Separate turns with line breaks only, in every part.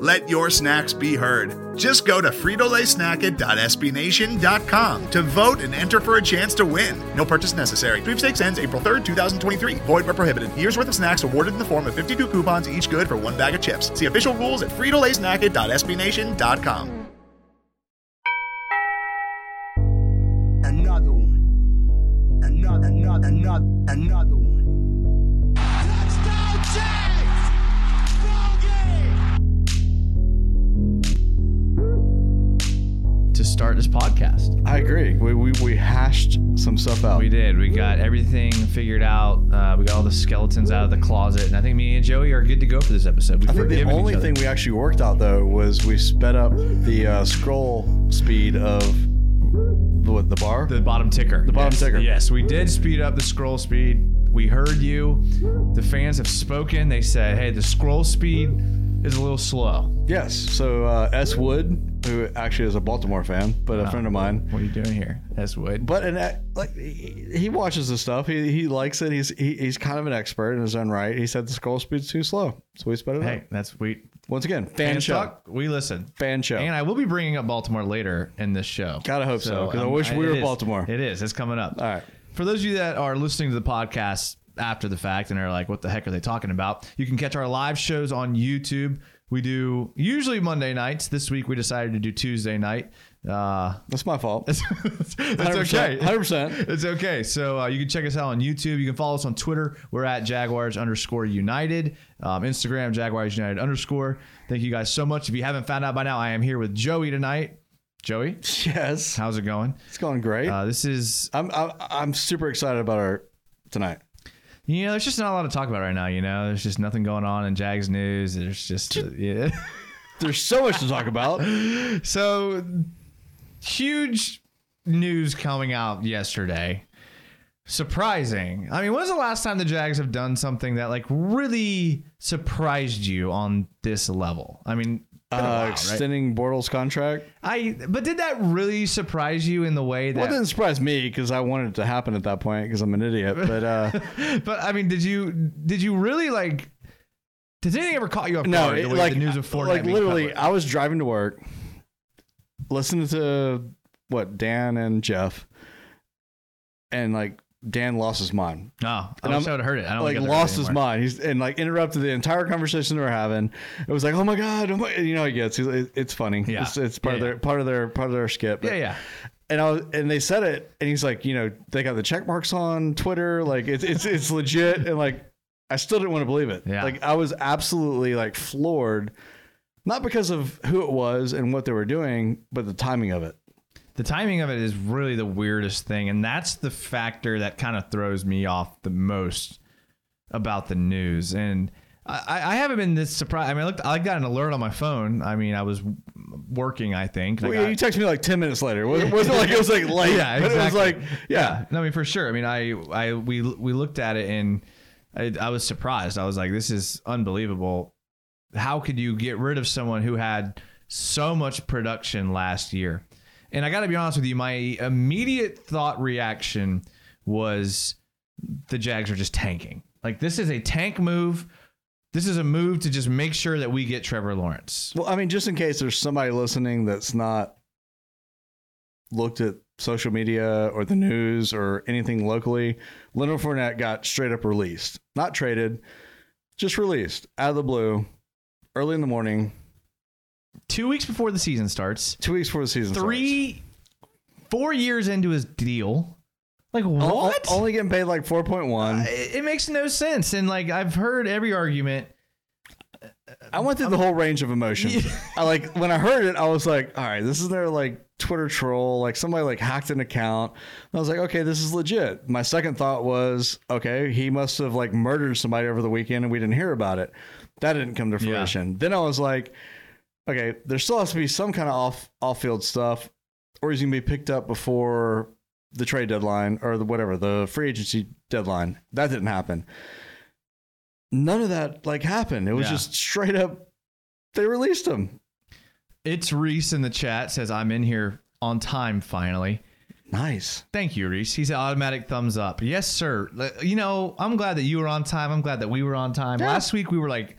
Let your snacks be heard. Just go to fritolaysnacket.espnation.com to vote and enter for a chance to win. No purchase necessary. Three stakes ends April 3rd, 2023. Void where prohibited. Year's worth of snacks awarded in the form of 52 coupons, each good for one bag of chips. See official rules at fritolaysnacket.espnation.com.
Another one. Another, another, another, another one.
Touchdown, Jags! Ball game!
to start this podcast.
I agree. We, we, we hashed some stuff out.
We did. We got everything figured out. Uh, we got all the skeletons out of the closet, and I think me and Joey are good to go for this episode. We've
I think the
forgiven each
only
other.
thing we actually worked out though was we sped up the uh, scroll speed of the, what, the bar.
the bottom ticker. The
bottom ticker.
Yes, we did speed up the scroll speed. We heard you. The fans have spoken. They said, "Hey, the scroll speed is a little slow."
yes. So uh, S Wood, who actually is a Baltimore fan, but a friend of mine.
What are you doing here, Eswood?
But an e- like he he watches this stuff. He, he likes it. He's he, he's kind of an expert in his own right. He said the scroll speed's too slow, so we sped it up.
Hey, that's we
Once again, fan
fans
show.
talk. We listen.
Fan show.
And I will be bringing up Baltimore later in this show.
Gotta hope so, 'cause I
um,
wish we
it
were
is.
Baltimore.
It is. It's coming up.
All right.
For those of you that are listening to the podcast after the fact and are like, what the heck are they talking about? You can catch our live shows on YouTube. We do usually Monday nights. This week we decided to do Tuesday night. Uh,
That's my fault.
it's, it's okay.
Hundred percent.
It's okay. So uh, you can check us out on YouTube. You can follow us on Twitter. We're at Jaguars underscore United. Um, Instagram Jaguars United underscore. Thank you guys so much. If you haven't found out by now, I am here with Joey tonight. Joey,
Yes.
how's it going?
It's going great.
Uh, this is
I'm, I'm I'm super excited about our tonight.
you know, there's just not a lot to talk about right now. You know, there's just nothing going on in Jags news. There's just uh, yeah.
There's so much to talk about.
So huge news coming out yesterday. Surprising. I mean, when's the last time the Jags have done something that like really surprised you on this level? I mean, been a while,
Uh,
right?
extending Bortles contract.
I but did that really surprise you in the way
Well, it
that?
didn't surprise me because I wanted it to happen at that point because I'm an idiot. But uh,
but I mean, did you did you really like? Does anything ever caught you off
no,
guard?
it,
the way
like uh,
the news of Fortnite
like
being
literally,
covered?
I was driving to work, listening to what Dan and Jeff, and like Dan lost his mind.
No, Oh, I
And
wish
I'm-
I would have heard it. I don't
like
think I
lost
heard it
his
anymore.
mind. He's and like interrupted the entire conversation they were having. It was like, oh my god, oh my, you know, he gets. He's, it- it's funny.
Yeah.
It's, it's part
Yeah,
of their part of their part of their skit. But-
Yeah, yeah.
And I was, and they said it, and he's like, you know, they got the check marks on Twitter. Like it's it's it's legit, and like I still didn't want to believe it.
Yeah.
Like I was absolutely like floored, not because of who it was and what they were doing, but the timing of it.
the timing of it is really the weirdest thing and that's the factor that kind of throws me off the most about the news and I, I haven't been this surprised. I mean, I, looked, I got an alert on my phone. I mean, I was working, I think. and I
Well,
got-
yeah, you texted me like ten minutes later. It wasn't, wasn't like it was like late.
Yeah,
but It was
exactly.
like yeah.
No, I mean for sure. I mean, I, I, we, we looked at it and I, I was surprised. I was like, this is unbelievable. How could you get rid of someone who had so much production last year? And I got to be honest with you, my immediate thought reaction was the Jags are just tanking. Like this is a tank move. This is a move to just make sure that we get Trevor Lawrence.
Well, I mean, just in case there's somebody listening that's not looked at social media or the news or anything locally, Leonard Fournette got straight up released, not traded, just released out of the blue, early in the morning,
Two weeks before the season starts,
two weeks before the season.
three, four years into his deal. Like
starts. O- o-
what?
Only getting paid like four point one.
it it makes no sense. And like I've heard every argument.
I went through the whole range of emotions. I like when I heard it, I was like, all right, this is their like Twitter troll, like somebody like hacked an account. And I was like, okay, this is legit. My second thought was, okay, he must have like murdered somebody over the weekend and we didn't hear about it. That didn't come to
Yeah.
fruition. Then I was like, okay, there still has to be some kind of off off field stuff, or he's gonna be picked up before the trade deadline or the whatever the free agency deadline. That didn't happen. None of that like happened. It was
Yeah.
just straight up. They released him.
It's Reese in the chat says I'm in here on time finally.
Nice.
Thank you, Reese. He's an automatic thumbs up. Yes, sir. L- You know, I'm glad that you were on time. I'm glad that we were on time. Last week we were like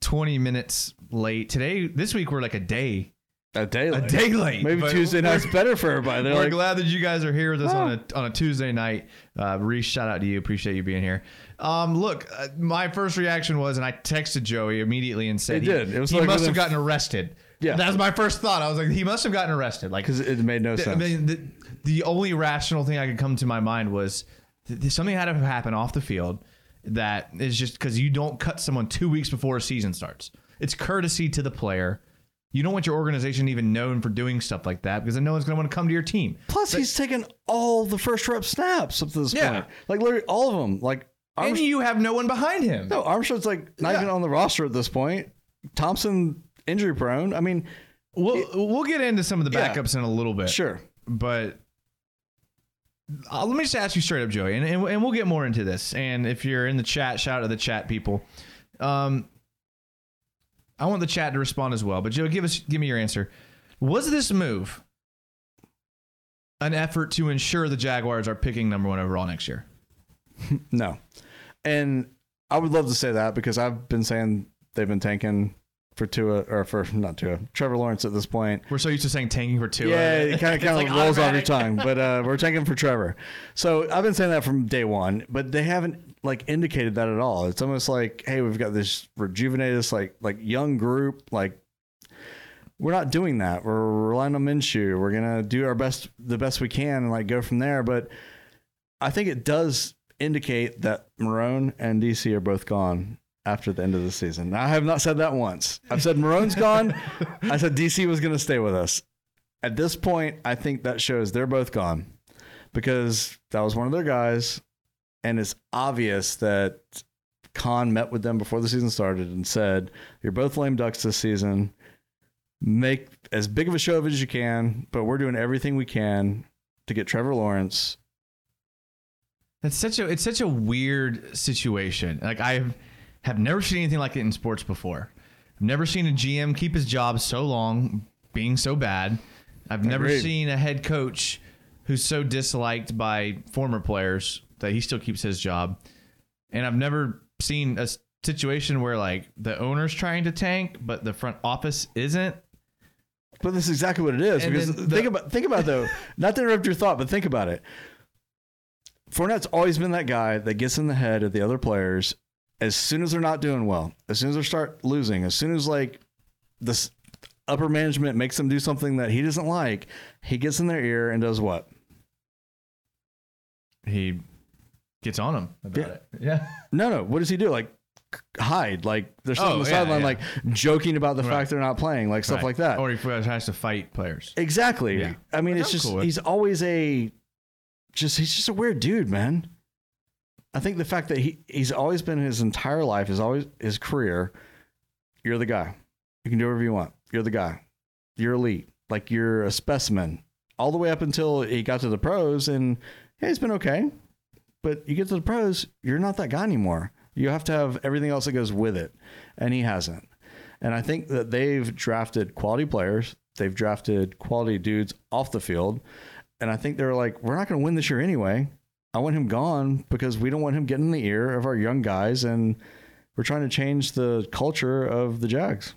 20 minutes late. Today, this week we're like a day,
A day.
a
Late.
day late.
Maybe
But
Tuesday night's better for everybody. They're
We're
like,
glad that you guys are here with us on a on a Tuesday night. Uh, Reese, shout out to you. Appreciate you being here. Um, look, uh, my first reaction was, and I texted Joey immediately and said,
It did. It was
he
like
must
within-
have gotten arrested."
Yeah.
that was my first thought. I was like, "He must have gotten arrested." Like,
because it made no
th- I
sense.
mean, the, the only rational thing I could come to my mind was th- th- something had to happen off the field that is just because you don't cut someone two weeks before a season starts. It's courtesy to the player. You don't want your organization even known for doing stuff like that because then no one's going to want to come to your team.
Plus, he's taken all the first rep snaps up to this
Yeah.
point. Like literally all of them. Like
and
Armstrong,
you have no one behind him.
no, Armstrong's like not
Yeah.
even on the roster at this point. Thompson injury prone. I mean,
We'll we'll get into some of the
Yeah.
backups in a little bit,
sure.
But uh, let me just ask you straight up, Joey, and, and and we'll get more into this. And if you're in the chat, shout out to the chat people. Um, I want the chat to respond as well. But Joe, give us give me your answer. Was this move an effort to ensure the Jaguars are picking number one overall next year?
No. And I would love to say that because I've been saying they've been tanking for Tua or for not Tua, Trevor Lawrence at this point.
We're so used to saying tanking for two.
Yeah, it kind of
It's
kind of
like
rolls off your
automatic.
tongue, but uh, we're tanking for Trevor. So I've been saying that from day one, but they haven't like indicated that at all. It's almost like, hey, we've got this rejuvenated, this, like like young group. Like we're not doing that. We're relying on Minshew. We're gonna do our best, the best we can, and like go from there. But I think it does indicate that Marone and DC are both gone. After the end of the season, I have not said that once. I've said Marone's gone. I said DC was going to stay with us at this point, I think that shows they're both gone because that was one of their guys. And it's obvious that Khan met with them before the season started and said, You're both lame ducks this season. Make as big of a show of it as you can, but we're doing everything we can to get Trevor Lawrence.
That's such a it's such a weird situation. Like I have never seen anything like it in sports before. I've never seen a GM keep his job so long, being so bad. I've never
Agreed.
seen a head coach who's so disliked by former players that he still keeps his job. And I've never seen a s- situation where like the owner's trying to tank, but the front office isn't.
But that's exactly what it is.
And
because
then the-
think about think about though, not to interrupt your thought, but think about it. Fournette's always been that guy that gets in the head of the other players as soon as they're not doing well, as soon as they start losing, as soon as like this upper management makes them do something that he doesn't like, he gets in their ear and does what?
He gets on him about
Yeah.
it. Yeah.
No, no. What does he do? Like c- hide, like they're sitting on
Oh,
the
yeah,
sideline,
yeah.
like joking about the
Right.
fact they're not playing, like stuff
Right.
like that.
Or he tries to fight players.
Exactly.
Yeah.
I mean,
Which
it's
I'm
just
cool with.
he's always a just he's just a weird dude, man. I think the fact that he he's always been his entire life, his always his career. You're the guy. You can do whatever you want. You're the guy. You're elite. Like you're a specimen. All the way up until he got to the pros, and yeah, he's been okay. But you get to the pros, you're not that guy anymore. You have to have everything else that goes with it, and he hasn't. And I think that they've drafted quality players. They've drafted quality dudes off the field. And I think they're like, we're not going to win this year anyway. I want him gone because we don't want him getting in the ear of our young guys. And we're trying to change the culture of the Jags.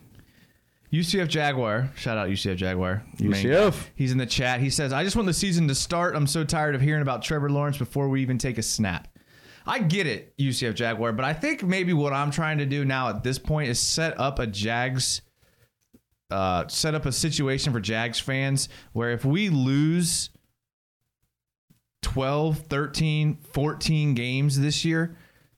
UCF Jaguar, shout out UCF Jaguar. Main guy.
UCF.
He's in the chat. He says, I just want the season to start. I'm so tired of hearing about Trevor Lawrence before we even take a snap. I get it, UCF Jaguar, but I think maybe what I'm trying to do now at this point is set up a Jags, uh, set up a situation for Jags fans where if we lose 12, 13, 14 games this year,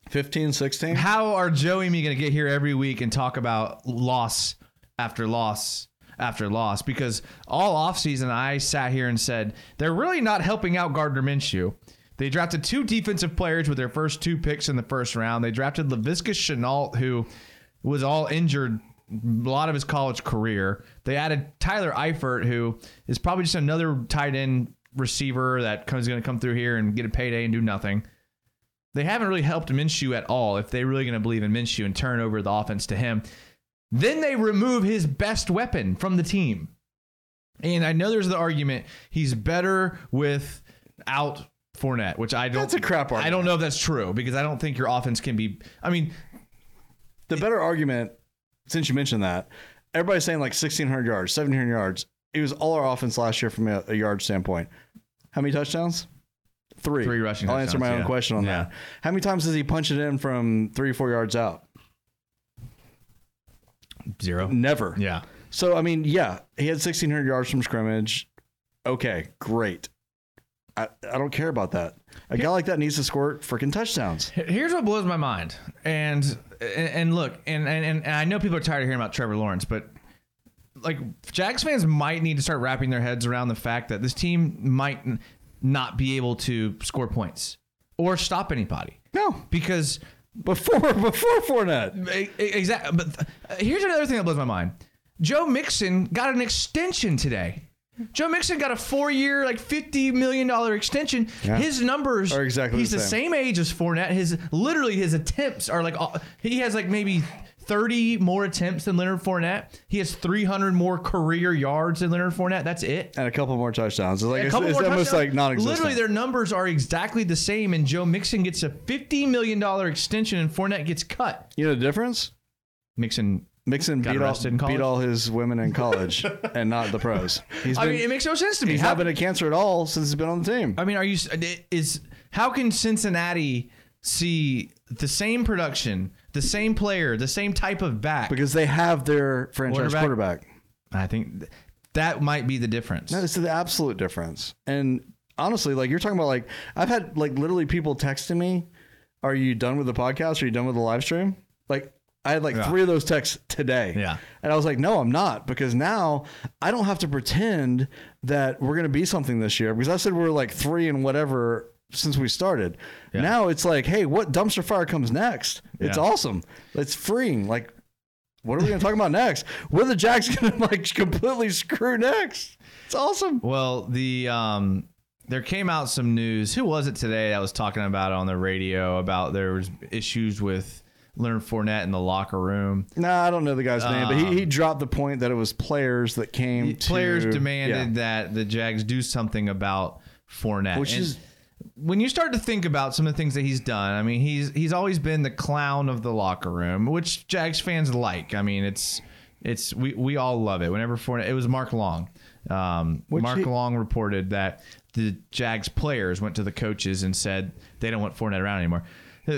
15, 16.
how are Joey and me going to get here every week and talk about loss after loss after loss? Because all offseason, I sat here and said, they're really not helping out Gardner Minshew. They drafted two defensive players with their first two picks in the first round. They drafted LaVisca Chenault, who was all injured a lot of his college career. They added Tyler Eifert, who is probably just another tight end receiver that comes going to come through here and get a payday and do nothing. They haven't really helped Minshew at all if they're really going to believe in Minshew and turn over the offense to him. Then they remove his best weapon from the team. And I know there's the argument he's better without Fournette, which I don't.
That's a crap
I don't know if that's true because I don't think your offense can be. I mean,
The better argument, since you mentioned that, everybody's saying like 1,600 yards, 1,700 yards. It was all our offense last year from a, a yard standpoint. How many touchdowns? Three.
Three rushing
I'll answer
touchdowns,
my own
yeah.
question on
Yeah.
that. How many times does he punch it in from three, four yards out?
zero.
Never.
Yeah.
So, I mean, yeah, he had 1,600 yards from scrimmage. Okay, great. I, I don't care about that. A guy like that needs to score freaking touchdowns.
Here's what blows my mind, and and, and look, and, and and I know people are tired of hearing about Trevor Lawrence, but like Jags fans might need to start wrapping their heads around the fact that this team might n- not be able to score points or stop anybody
No,
because
before before Fournette.
exactly. But th- uh, here's another thing that blows my mind. Joe Mixon got an extension today. Joe Mixon got a four-year, like fifty million dollar extension. His numbers
Are exactly
He's
the
the
same.
same. age as Fournette. His literally his attempts are like all- he has like maybe thirty more attempts than Leonard Fournette. He has three hundred more career yards than Leonard Fournette. That's it.
And a couple more touchdowns. It's like
A
it's,
couple
it's
more
almost
touchdowns.
like non-existent.
Literally, their numbers are exactly the same, and Joe Mixon gets a fifty million dollar extension, and Fournette gets cut.
You know the difference?
Mixon
Mixon
Got
beat all,
arrested in college?
beat all his women in college and not the pros. He's
I
been-
mean, it makes no sense to me.
he's
How-
not been a cancer at all since he's been on the team.
I mean, are you is how can Cincinnati see the same production, the same player, the same type of back?
because they have their franchise
Quarterback?
quarterback.
I think th- that might be the difference.
No, it's the absolute difference. And honestly, like you're talking about like I've had like literally people texting me, Are you done with the podcast? Are you done with the live stream? Like I had like three of those texts today.
Yeah.
And I was like, no, I'm not, because now I don't have to pretend that we're gonna be something this year. Because I said we are like three and whatever since we started. Now it's like, hey, what dumpster fire comes next? It's
Yeah.
awesome. It's freeing. Like, what are we gonna talk about next? What are the Jacks gonna like completely screw next? It's awesome.
Well, the um, there came out some news. Who was it today that was talking about it on the radio about there was issues with Leonard Fournette in the locker room?
No, I don't know the guy's name, but he, he dropped the point that it was players that came. to-
Um, Players demanded
Yeah.
that the Jags do something about Fournette,
Which
And
is-
when you start to think about some of the things that he's done. I mean, he's he's always been the clown of the locker room, which Jags fans like. I mean, it's it's we we all love it. Whenever Fournette, it was Mark Long. Um, Mark
he-
Long reported that the Jags players went to the coaches and said they don't want Fournette around anymore.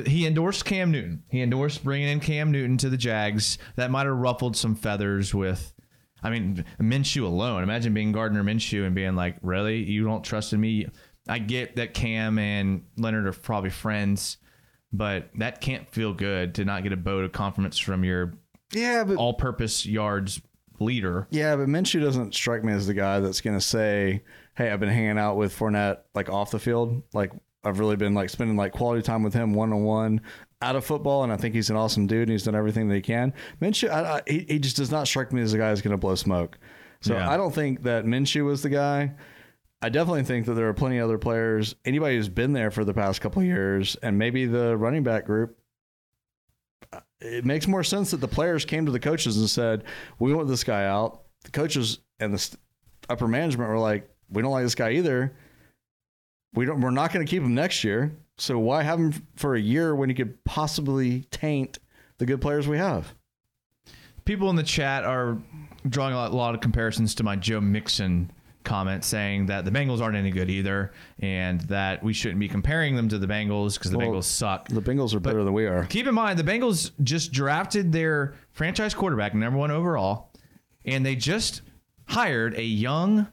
He endorsed Cam Newton. He endorsed bringing in Cam Newton to the Jags. That might have ruffled some feathers with I mean, Minshew alone. Imagine being Gardner Minshew and being like, really? You don't trust in me? I get that Cam and Leonard are probably friends, but that can't feel good to not get a vote of confidence from your
Yeah, but
all purpose yards leader.
yeah, but Minshew doesn't strike me as the guy that's gonna say, "Hey, I've been hanging out with Fournette like off the field. Like I've really been like spending like quality time with him one on one." Out of football, and I think he's an awesome dude, and he's done everything that he can. Minshew, I, I, he, he just does not strike me as the guy that's going to blow smoke. So
Yeah.
I don't think that Minshew was the guy. I definitely think that there are plenty of other players. Anybody who's been there for the past couple of years, and maybe the running back group, uh, it makes more sense that the players came to the coaches and said, "We want this guy out." The coaches and the st- upper management were like, "We don't like this guy either. We don't. We're not going to keep him next year. So why have him f- for a year when he could possibly taint the good players we have?"
People in the chat are drawing a lot, a lot of comparisons to my Joe Mixon comment saying that the Bengals aren't any good either and that we shouldn't be comparing them to the Bengals because the
Well,
Bengals suck.
The Bengals are better than we are.
Keep in mind, the Bengals just drafted their franchise quarterback, number one overall, and they just hired a young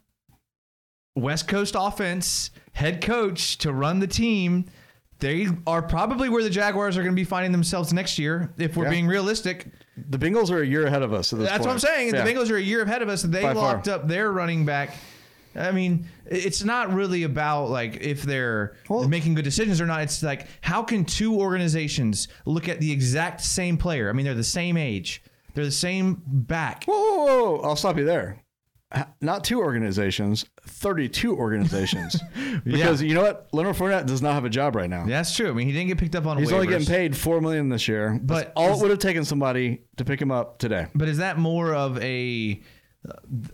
West Coast offense head coach to run the team. They are probably where the Jaguars are going to be finding themselves next year, if we're
Yeah.
being realistic.
The Bengals are a year ahead of us. At this
That's what I'm
point.
saying.
Yeah.
The Bengals are a year ahead of us. They
By far.
locked up their running back. I mean, it's not really about like if they're
Well-
making good decisions or not. It's like how can two organizations look at the exact same player? I mean, they're the same age. They're the same back.
Whoa, whoa, whoa, whoa. I'll stop you there. H- Not two organizations, 32 organizations. because you know what? Leonard Fournette does not have a job right now.
Yeah, That's true. I mean, he didn't get picked up on.
He's
waivers.
only getting paid $4 million this year. But
But
all
is-
it would have taken somebody to pick him up today.
But is that more of a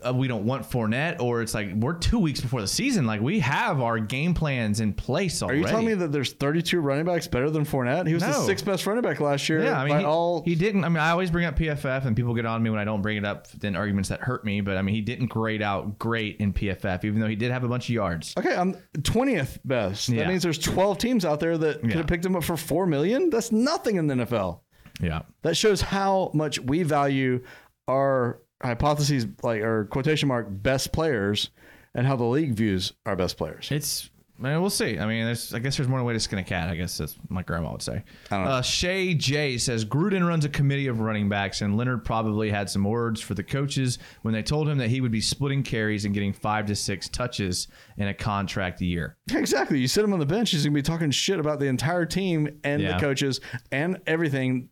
uh, we don't want Fournette, or it's like we're two weeks before the season, like we have our game plans in place
Are
already?
you telling me that there's 32 running backs better than Fournette? He was the
No.
sixth best running back last year.
Yeah, I mean,
by
he,
all
he didn't. I mean, I always bring up PFF, and people get on me when I don't bring it up in arguments that hurt me. But I mean, he didn't grade out great in PFF, even though he did have a bunch of yards.
Okay, I'm 20th best. That
Yeah.
means there's 12 teams out there that could
Yeah.
have picked him up for 4 million. That's nothing in the NFL.
Yeah,
That shows how much we value our hypotheses like our quotation mark best players and how the league views our best players.
it's. Man, we'll see. I mean, there's, I guess there's more than a way to skin a cat. I guess that's what my grandma would say. Uh, Shay J says Gruden runs a committee of running backs, and Leonard probably had some words for the coaches when they told him that he would be splitting carries and getting five to six touches in a contract year.
Exactly. You sit him on the bench, he's going to be talking shit about the entire team and
Yeah.
the coaches and everything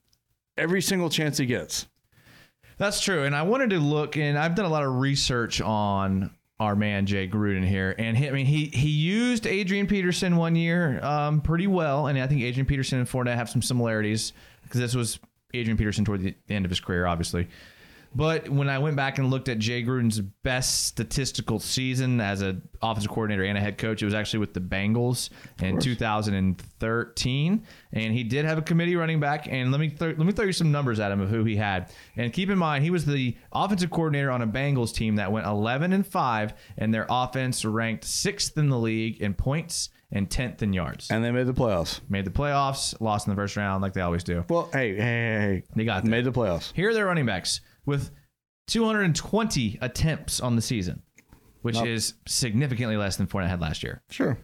every single chance he gets.
That's true. And I wanted to look, and I've done a lot of research on our man Jay Gruden here. And he, I mean, he he used Adrian Peterson one year um, pretty well, and I think Adrian Peterson and Fournette have some similarities because this was Adrian Peterson toward the end of his career, obviously. But when I went back and looked at Jay Gruden's best statistical season as an offensive coordinator and a head coach, it was actually with the Bengals in 2013, and he did have a committee running back. And let me throw let me throw you some numbers at him of who he had. And keep in mind, he was the offensive coordinator on a Bengals team that went 11 and five, and their offense ranked sixth in the league in points and 10th in yards.
And they made the playoffs.
Made the playoffs, lost in the first round like they always do.
Well, hey, hey, hey, hey.
They got there.
Made the playoffs.
Here are their running backs with 220 attempts on the season, which
Nope.
is significantly less than Fournette had last year.
Sure.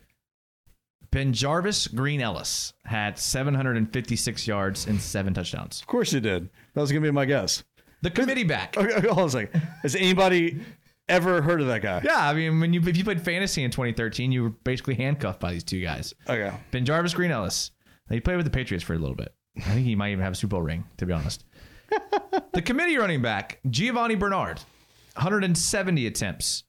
Ben Jarvis Green Ellis had 756 yards and seven touchdowns.
Of course he did. That was going to be my guess.
The committee back.
Okay, okay, hold on a second. Has anybody ever heard of that guy?
Yeah, I mean, when you if you played fantasy in 2013, you were basically handcuffed by these two guys.
Okay.
Ben Jarvis Green Ellis. He played with the Patriots for a little bit. I think he might even have a Super Bowl ring, to be honest. the committee running back, Giovanni Bernard, 170 attempts,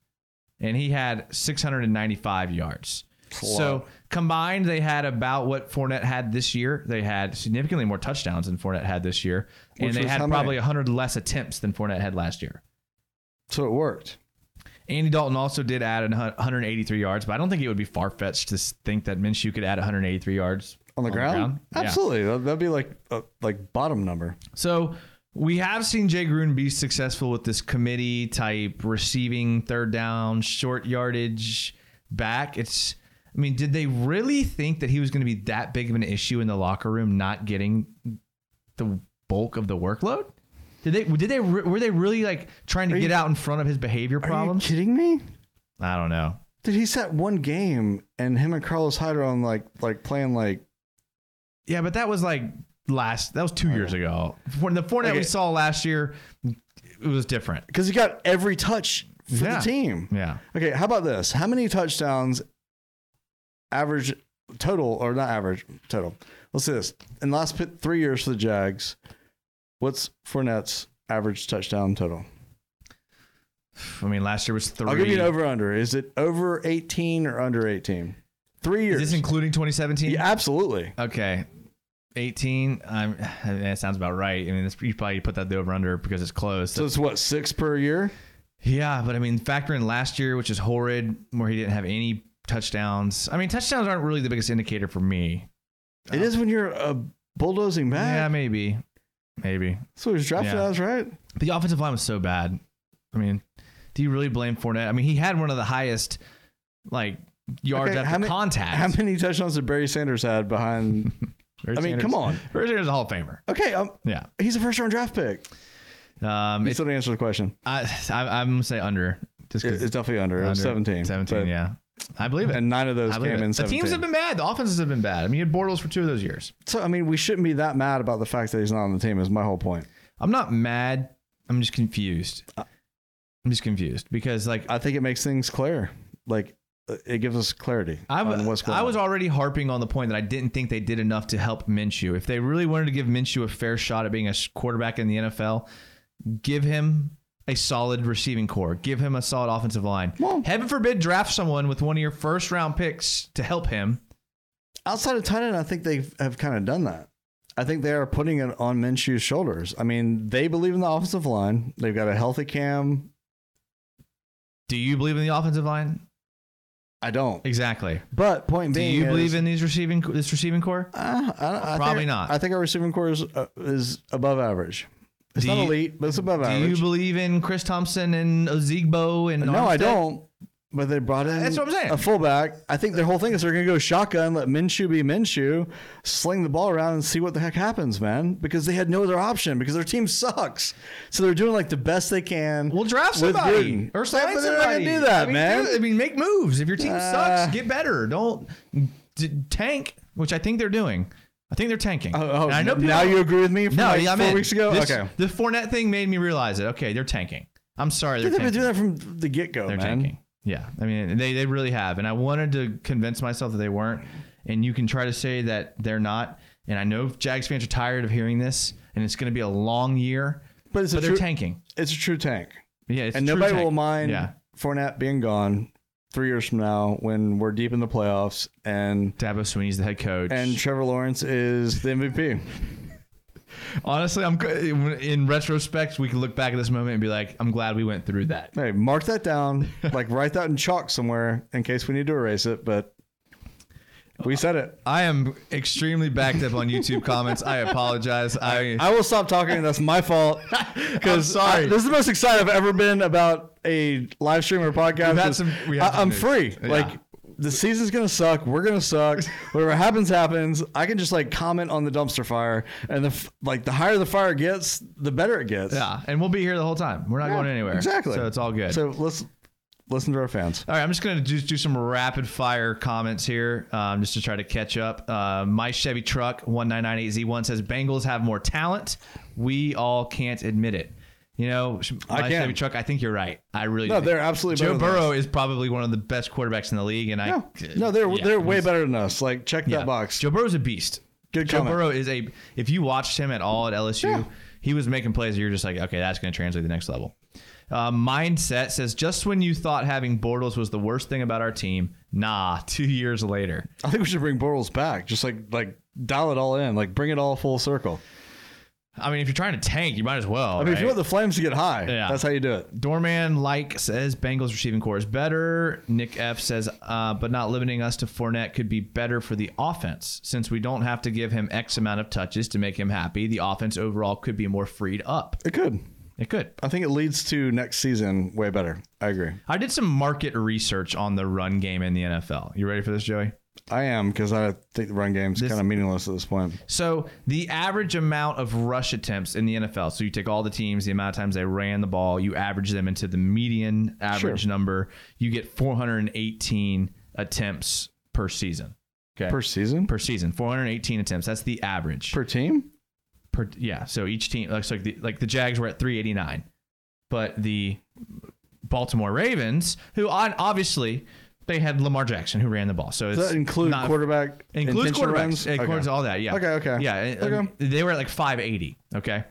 and he had 695 yards. So combined, they had about what Fournette had this year. They had significantly more touchdowns than Fournette had this year,
Which
and they
was
had
how many?
probably 100 less attempts than Fournette had last year.
So it worked.
Andy Dalton also did add an hu- 183 yards, but I don't think it would be far fetched to s- think that Minshew could add 183 yards
On the ground?
Yeah.
Absolutely. That- That'd be like a like bottom number.
So we have seen Jay Gruden be successful with this committee type receiving third down, short yardage back. It's I mean, did they really think that he was going to be that big of an issue in the locker room not getting the bulk of the workload? Did they did they re- were they really like trying to
you-
get out in front of his behavior problems?
Are you kidding me?
I don't know.
Dude, he sat one game and him and Carlos Hyde are on like like playing like
Yeah, but that was like last that was 2 years ago. When the Fournette
Okay.
we saw last year it was different.
because he got every touch for
Yeah.
the team.
Yeah.
Okay, how about this? How many touchdowns average total or not average total? Let's say this. In the last p- three years for the Jags, what's Fournette's average touchdown total?
I mean, last year was 3
I'll give you an over under. Is it over 18 or under 18? Three years.
Is this including 2017?
yeah, absolutely.
Okay. 18. I'm, that sounds about right. I mean, that's, you probably put that the over under because it's close.
So it's what, six per year?
yeah, but I mean, factor in last year, which is horrid, where he didn't have any touchdowns. I mean, touchdowns aren't really the biggest indicator for me.
It is when you're a bulldozing back.
Oh. Yeah, maybe. Maybe.
That's what he was drafted
Yeah.
as, right?
But the offensive line was so bad. I mean, do you really blame Fournette? I mean, he had one of the highest, like, yards
Okay,
after
how many-
contact.
How many touchdowns did Barry Sanders had behind?
Barry
I mean,
Sanders-
come on.
Barry Sanders is a Hall of Famer.
Okay, um,
Yeah.
he's a first round draft pick.
Um,
You
it's,
still didn't answer the question.
I, I, I'm going to say under. Just
It-
because
It's definitely under. It was
Under
17.
17,
but-
yeah. I believe it.
And nine of those
I believe
came
it.
in
the
17.
teams have been bad. The offenses have been bad. I mean, you had Bortles for two of those years.
so, I mean, we shouldn't be that mad about the fact that he's not on the team, is my whole point.
I'm not mad. I'm just confused.
Uh,
I'm just confused because, like,
I think it makes things clear. Like, uh, it gives us clarity
I
on what's
was,
going
I was
on.
already harping on the point that I didn't think they did enough to help Minshew. If they really wanted to give Minshew a fair shot at being a sh- quarterback in the NFL, give him a solid receiving core. Give him a solid offensive line.
Well-
Heaven forbid draft someone with one of your first round picks to help him.
Outside of tight end, I think they have kind of done that. I think they are putting it on Minshew's shoulders. I mean, they believe in the offensive line. They've got a healthy cam.
Do you believe in the offensive line?
I don't.
Exactly.
But point
Do
being,
you
is-
believe in these receiving this receiving core?
Uh, I, don't- I
Probably
think-
not.
I think our receiving core is, uh, is above average. It's
Do
not
you-
elite, but Uh, it's above
Do
average.
you believe in Chris Thompson and Ozigbo and
no, I
Armstead?
don't. But they brought in
That's what I'm saying.
a fullback. I think their whole thing is they're going to go shotgun, let Minshew be Minshew, sling the ball around and see what the heck happens, man. Because they had no other option because their team sucks. So they're doing like the best they can.
We'll draft
with
somebody
Gruden.
or sign
Yeah, but they're not
somebody.
going to do that,
I mean,
man.
do- I mean, make moves. If your team
Uh,
sucks, get better. Don't d- tank, which I think they're doing. I think they're tanking.
oh, oh,
And I know
now
people-
you agree with me from
No,
like
yeah, I'm
four
in.
weeks ago?
This-
okay.
The Fournette thing made me realize it. Okay, they're tanking. I'm sorry, they're
They've been
tanking.
doing that from the get go,
They're
man.
tanking. Yeah, I mean, they they really have, and I wanted to convince myself that they weren't. And you can try to say that they're not. And I know Jags fans are tired of hearing this, and it's going to be a long year.
But it's a
but they're
true-
tanking.
It's a true tank.
Yeah, it's
and
a true
nobody
tank.
will mind
Yeah,
Fournette being gone three years from now when we're deep in the playoffs and
Dabo Sweeney's the head coach.
and Trevor Lawrence is the MVP.
honestly, I'm in retrospect, we can look back at this moment and be like, I'm glad we went through that.
Hey, mark that down, like write that in chalk somewhere in case we need to erase it. But we said it.
I am extremely backed up on YouTube comments. I apologize. I,
I will stop talking. That's my fault. Because
I'm sorry.
this is the most excited I've ever been about a live stream or podcast.
We've had
'cause
some- we had
I,
some
am
news.
free.
Yeah.
Like the season's gonna suck. We're gonna suck. Whatever happens, happens. I can just like comment on the dumpster fire, and the f- like the higher the fire gets, the better it gets.
yeah, and we'll be here the whole time. We're not going anywhere.
Exactly.
So it's all good. Oh
So let's listen to our fans.
All right, I'm just going to just do some rapid fire comments here um, just to try to catch up. Uh, my Chevy truck, 19980Z1, says Bengals have more talent. We all can't admit it. You know, sh- my
I can.
Chevy truck, I think you're right. I really
No,
think-
they're absolutely
Joe
better than
Burrow is probably one of the best quarterbacks in the league. And
No,
I.
no, they're
yeah,
they're way
he's-
better than us. Like check
yeah.
that box.
Joe Burrow's a beast.
Good
Joe
comment.
Burrow is a. If you watched him at all at LSU, he was making plays. You're just like, okay, that's going to translate to the next level. Uh, mindset says just when you thought having Bortles was the worst thing about our team, nah. Two years later,
I think we should bring Bortles back. Just like like dial it all in. Like bring it all full circle.
I mean, if you're trying to tank, you might as well.
I mean, if you
right?
want the Flames to get high,
Yeah.
that's how you do it.
Doorman like says Bengals receiving core is better. Nick F says, uh, but not limiting us to Fournette could be better for the offense since we don't have to give him X amount of touches to make him happy. The offense overall could be more freed up.
It could.
It could.
I think it leads to next season way better. I agree.
I did some market research on the run game in the NFL. You ready for this, Joey?
I am because I think the run game's
This-
kind of meaningless at this point.
So, the average amount of rush attempts in the NFL, so you take all the teams, the amount of times they ran the ball, you average them into the median average
Sure.
number, you get 418 attempts per season. Okay.
Per season, per,
per season, 418 attempts. That's the average.
team.
per yeah. So each team looks like the like the Jags were at 389, but the Baltimore Ravens, who on, obviously they had Lamar Jackson who ran the ball, so it's
Does that include
not-
quarterback?
includes
intentional
quarterbacks,
runs?
It includes
Okay.
all that. Yeah.
Okay, okay.
Yeah. and- and
Okay.
They were at like 580. Okay.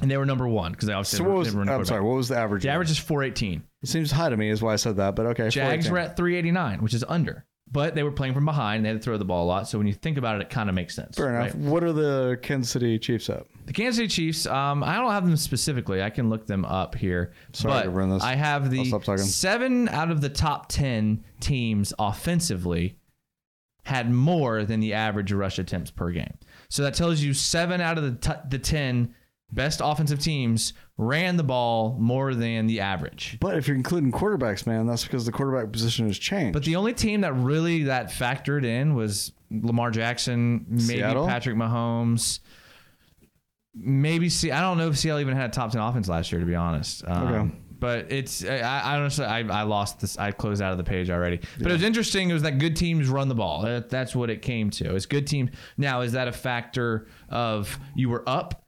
And they were number one because they obviously
So
were,
what was?
they were
I'm sorry. What was the average?
The average is 418.
It seems high to me, is why I said that. But okay.
Jags
418.
were at 389, which is under. But they were playing from behind. And they had to throw the ball a lot. So when you think about it, it kind of makes sense.
Fair enough.
right?
What are the Kansas City Chiefs at?
The Kansas City Chiefs. Um, I don't have them specifically. I can look them up here.
Sorry
but
to ruin this.
I have
I'll
the
stop talking.
seven out of the top ten teams offensively had more than the average rush attempts per game. So that tells you seven out of the t- the ten best offensive teams ran the ball more than the average.
But if you're including quarterbacks, man, that's because the quarterback position has changed.
But the only team that really that factored in was Lamar Jackson, maybe
Seattle?
Patrick Mahomes, maybe see. I don't know if Seattle even had a top ten offense last year, to be honest. Um,
Okay.
But it's I, I honestly I, I lost this. I closed out of the page already. But it was interesting. It was that good teams run the ball. That, that's what it came to. It's good team. Now is that a factor of you were up?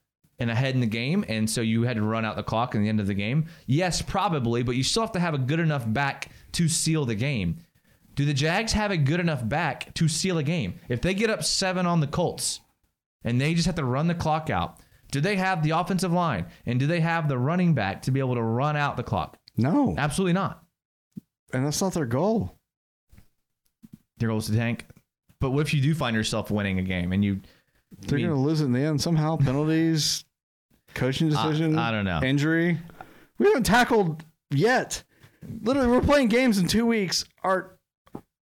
And ahead in the game, and so you had to run out the clock in the end of the game. Yes, probably, but you still have to have a good enough back to seal the game. Do the Jags have a good enough back to seal a game? If they get up seven on the Colts and they just have to run the clock out, Do they have the offensive line and do they have the running back to be able to run out the clock?
No,
Absolutely not.
and that's not their goal.
Their goal is to tank. But what if you do find yourself winning a game and you
They're
I mean-
going to lose it in the end somehow. Penalties, coaching
I-
decision.
I don't know.
Injury. We haven't tackled yet. Literally, we're playing games in two weeks. Our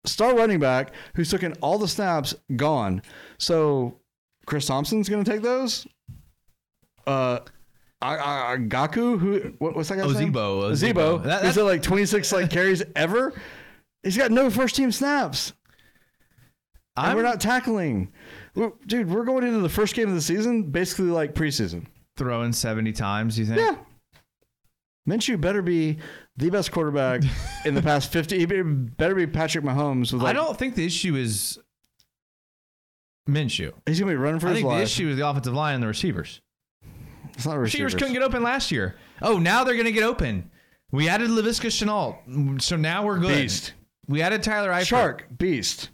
star running back, who's taken all the snaps, gone. So Chris Thompson's going to take those. Uh, I, I, I- Gaku, who what, what's that guy's name?
Ozebo, Ozebo.
Ozebo.
Oh, That-
He's
that-
at like 26 like carries ever. He's got no first team snaps. And
I'm
we're not tackling. We're- Dude, we're going into the first game of the season basically like preseason.
throwing 70 times, you think?
Yeah. Minshew better be the best quarterback in the past 50. He be- better be Patrick Mahomes. With like,
I don't think the issue is Minshew.
He's going to be running for
I
his
think the
life.
issue is the offensive line and the receivers.
it's not
receivers
receivers.
couldn't get open last year. Oh, now they're going to get open. We added LaVisca Chenault, so now we're good.
Beast.
We added Tyler Eifert.
Shark, beast.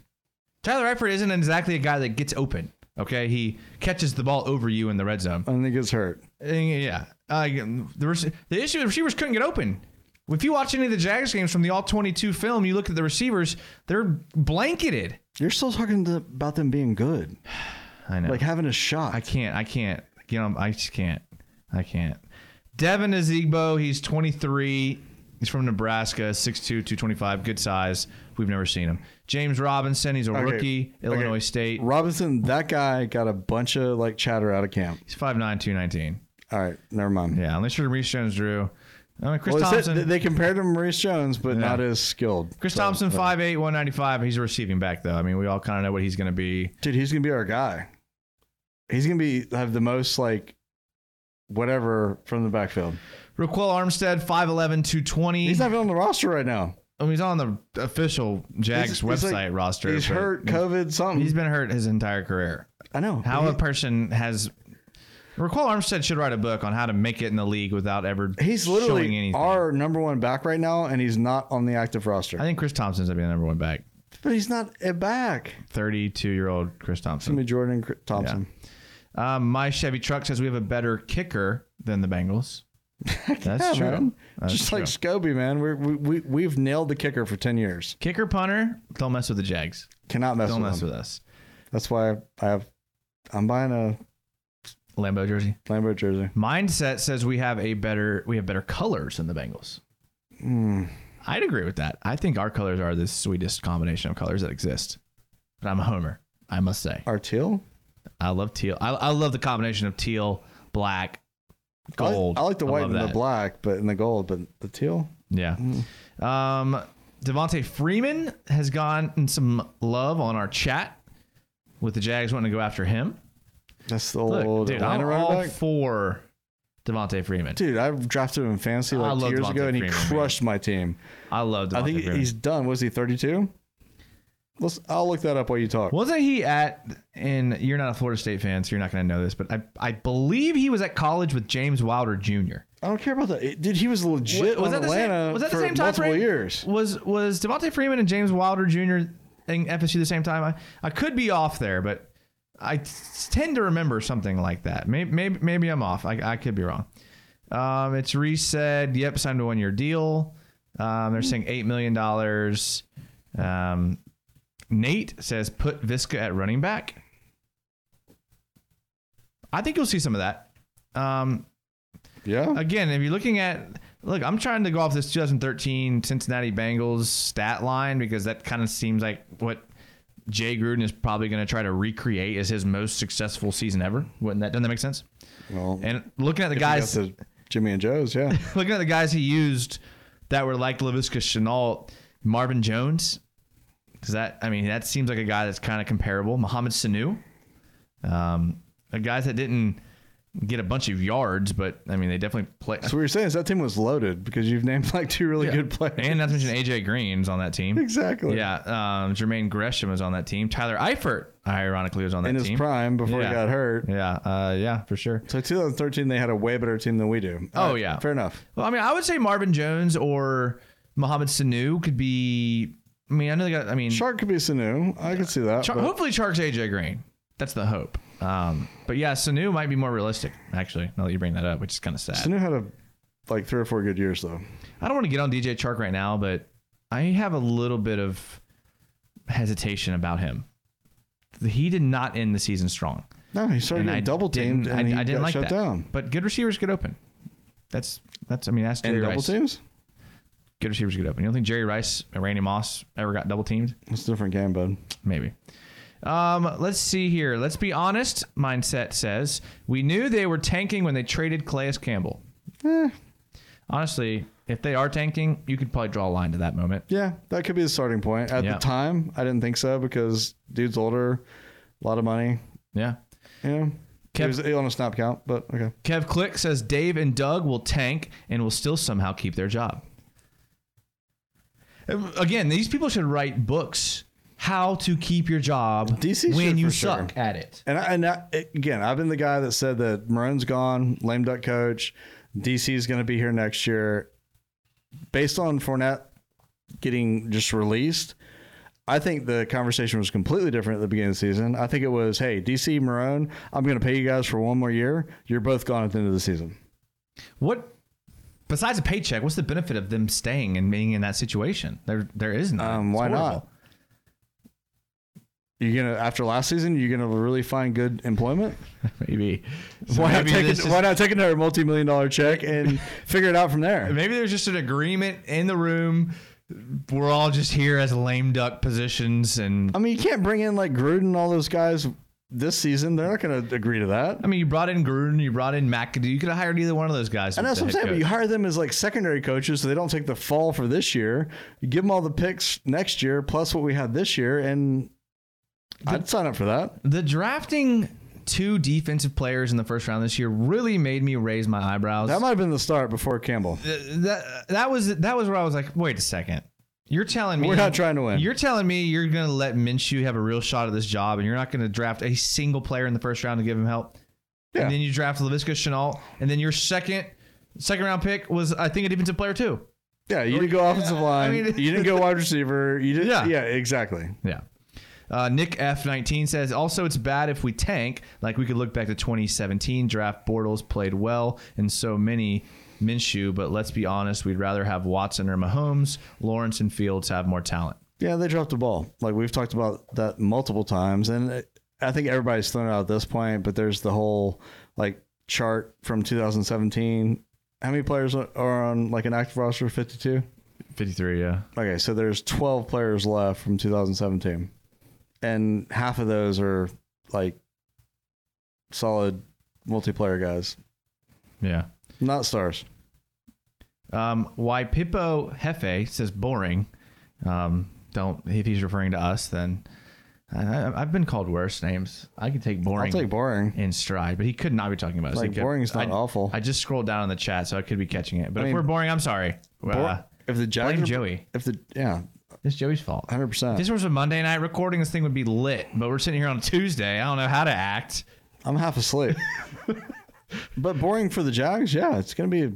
Tyler Eifert isn't exactly a guy that gets open. Okay, he catches the ball over you in the red zone.
And he gets hurt.
Uh, Yeah, uh, the rec- the issue is receivers couldn't get open. If you watch any of the Jags games from the All 22 film, you look at the receivers; they're blanketed.
You're still talking to, about them being good,
I know.
like having a shot.
I can't. I can't. You know, I just can't. I can't. Devin Azigbo, he's 23. He's from Nebraska, 6'2", 225, good size. We've never seen him. James Robinson, he's a
Okay.
rookie,
Okay.
Illinois State.
Robinson, that guy got a bunch of like chatter out of camp.
He's 5'9", 219.
All right, never mind.
Yeah, unless you're Reese Jones-Drew. I mean, Chris
Well, they, said
Thompson.
th- they compared him to Maurice Jones, but not as skilled.
Chris
So,
Thompson,
but-
5'8", 195. He's a receiving back, though. I mean, we all kind of know what he's going to be.
dude, he's gonna be our guy. He's gonna be have the most like whatever from the backfield.
Raquel Armstead, 5'11", 220.
He's not even on the roster right now.
I mean, he's on the official Jags
He's- he's,
website
like,
roster.
He's
but
hurt, COVID, something.
He's been hurt his entire career.
I know.
how
He-
a person has. Raquel Armstead should write a book on how to make it in the league without ever
he's
showing
literally
anything.
our number one back right now, and he's not on the active roster.
I think Chris Thompson's gonna be the number one back.
but he's not a back.
Thirty-two year old Chris
It's gonna
Thompson.
be Jordan Cr- Thompson.
Um, my Chevy truck says we have a better kicker than the Bengals. That's
Yeah,
true.
man.
That's
Just like
true.
Scobie, man. We're, we we we've nailed the kicker for ten years.
kicker punter. Don't mess with the Jags.
Cannot mess
Don't
with
mess
him.
with us.
That's why I have. I'm buying a
Lambo jersey.
Lambo jersey.
Mindset says we have a better we have better colors than the Bengals.
Hmm.
I'd agree with that. I think our colors are the sweetest combination of colors that exist. But I'm a homer. I must say.
Artil.
I love teal. I, I love the combination of teal, black,
I like-
gold.
I like the white
love
and the
that.
black, but and the gold, but the teal.
Yeah. Um, Devontae Freeman has gotten some love on our chat with the Jags wanting to go after him.
That's the
Look,
old
dude,
Atlanta
I'm
running
all
back.
for Devontae Freeman.
Dude, I drafted him in fantasy
I
like two
love
years
Devontae
ago, and he
Freeman, man.
crushed my team.
I love Devontae
I think
Freeman.
he's done. Was he 32? Let's. I'll look that up while you talk.
Wasn't he at, and you're not a Florida State fan, so you're not going to know this, but I, I believe he was at college with James Wilder Jr.
I don't care about that. It- dude, he was legit
was
on
that the same-
Atlanta
was that the
for
same time
multiple
frame?
years.
Was was Devontae Freeman and James Wilder Jr. in FSU the same time? I, I could be off there, but I t- tend to remember something like that. Maybe maybe, maybe I'm off. I, I could be wrong. Um, it's Reese said, "Yep, signed a one year deal." Um, they're saying eight million dollars. Um, Nate says, "Put Visca at running back." I think you'll see some of that. Um,
Yeah,
again, if you're looking at look, I'm trying to go off this 2013 Cincinnati Bengals stat line because that kind of seems like what Jay Gruden is probably going to try to recreate as his most successful season ever. Wouldn't that doesn't that make sense?
well,
And looking at the
if you got
guys,
the Jimmy and Joe's. Yeah,
looking at the guys he used that were like Lavisca Chenault, Marvin Jones. Does that? I mean, that seems like a guy that's kind of comparable. Mohamed Sanu, um, the guys that didn't get a bunch of yards, but I mean, they definitely play.
so what you're saying is that team was loaded because you've named like two really good players.
And not to mention AJ Green's on that team.
exactly.
Yeah, um, Jermaine Gresham was on that team. Tyler Eifert, ironically, was on that
in his
team.
prime before
Yeah.
he got hurt.
Yeah, uh, yeah, for sure.
So 2013, they had a way better team than we do.
Oh,
All right,
yeah.
fair enough.
Well, I mean, I would say Marvin Jones or Mohamed Sanu could be. I mean, I know they got. I mean,
Shark could be Sanu. I could see that.
Char-
but
hopefully Chark's AJ Green. That's the hope. Um, but yeah, Sanu might be more realistic, actually, now that you bring that up, which is kind of sad.
Sanu had a like three or four good years though.
I don't want to get on DJ Chark right now, but I have a little bit of hesitation about him. He did not end the season strong.
No, he started
And I
getting double
didn't-
teamed and he
I, I didn't
got
like
shut
that.
down.
But good receivers get open. That's that's I mean that's Jerry
And double
Rice.
teams?
Good receivers get open. You don't think Jerry Rice and Randy Moss ever got double teamed?
It's a different game, bud.
Maybe. Um, let's see here. Let's be honest. Mindset says we knew they were tanking when they traded Clayus Campbell. Eh. Honestly, if they are tanking, you could probably draw a line to that moment.
Yeah, that could be the starting point. At
Yeah.
the time, I didn't think so because dude's older, a lot of money.
Yeah.
You know, he
Kev-
was on a snap count, but okay.
Kev Click says Dave and Doug will tank and will still somehow keep their job. Uh, Again, these people should write books how to keep your job
DC
when
should
you
for sure.
suck at it.
And I, and I, again, I've been the guy that said that Maroon's gone, lame duck coach, DC is going to be here next year. Based on Fournette getting just released, I think the conversation was completely different at the beginning of the season. I think it was, hey, DC Marone, I'm going to pay you guys for one more year. You're both gone at the end of the season.
What besides a paycheck, what's the benefit of them staying and being in that situation? There there is none.
Um,
It's
why
horrible.
not? You're gonna after last season, you're gonna really find good employment.
Maybe.
why, not
maybe
take
this
it,
is-
why not take another multi-million dollar check and figure it out from there?
Maybe there's just an agreement in the room. We're all just here as lame duck positions and
I mean, you can't bring in like Gruden and all those guys this season. They're not going to agree to that.
I mean, you brought in Gruden, you brought in McAdoo. You could have hired either one of those guys.
And
as
that's
the
what I'm
head
saying. But you
coach.
hire them as like secondary coaches, so they don't take the fall for this year. You give them all the picks next year, plus what we had this year, and I'd sign up for that.
the drafting two defensive players in the first round this year really made me raise my eyebrows.
That might have been the start before Campbell.
Th- that, that was that was where I was like, wait a second. You're telling me
We're not trying to win.
You're telling me you're going to let Minshew have a real shot at this job, and you're not going to draft a single player in the first round to give him help.
Yeah.
And then you draft Lavisca Chenault, and then your second second round pick was, I think, a defensive player too.
Yeah, you didn't go offensive line.
mean-
you didn't go wide receiver. You didn't.
Yeah.
Yeah, exactly.
Yeah. Uh, Nick F19 says, also, it's bad if we tank. Like, we could look back to 2017 draft. Bortles played well, and so many Minshew, but let's be honest, we'd rather have Watson or Mahomes. Lawrence and Fields have more talent.
Yeah, they dropped the ball. Like we've talked about that multiple times, and it- I think everybody's thrown out at this point. But there's the whole like chart from 2017. How many players are- are on like an active roster? 52.
53, yeah.
Okay, so there's 12 players left from 2017, and half of those are like solid multiplayer guys,
Yeah.
not stars.
Um, why Pippo Hefe says boring. Um, don't, if he's referring to us, then I, I, I've been called worse names. I can take boring.
I'll take boring.
in stride, but he could not be talking about us.
Like,
He kept-
boring's not
I-
awful.
I just scrolled down in the chat, so I could be catching it. But
I
if
mean,
we're boring, I'm sorry. Uh,
Bor- if the Jags
blame
are-
Joey.
If the yeah,
it's Joey's fault.
100%.
If this was a Monday night recording, this thing would be lit. But we're sitting here on a Tuesday. I don't know how to act.
I'm half asleep. but boring for the Jags, yeah, it's gonna be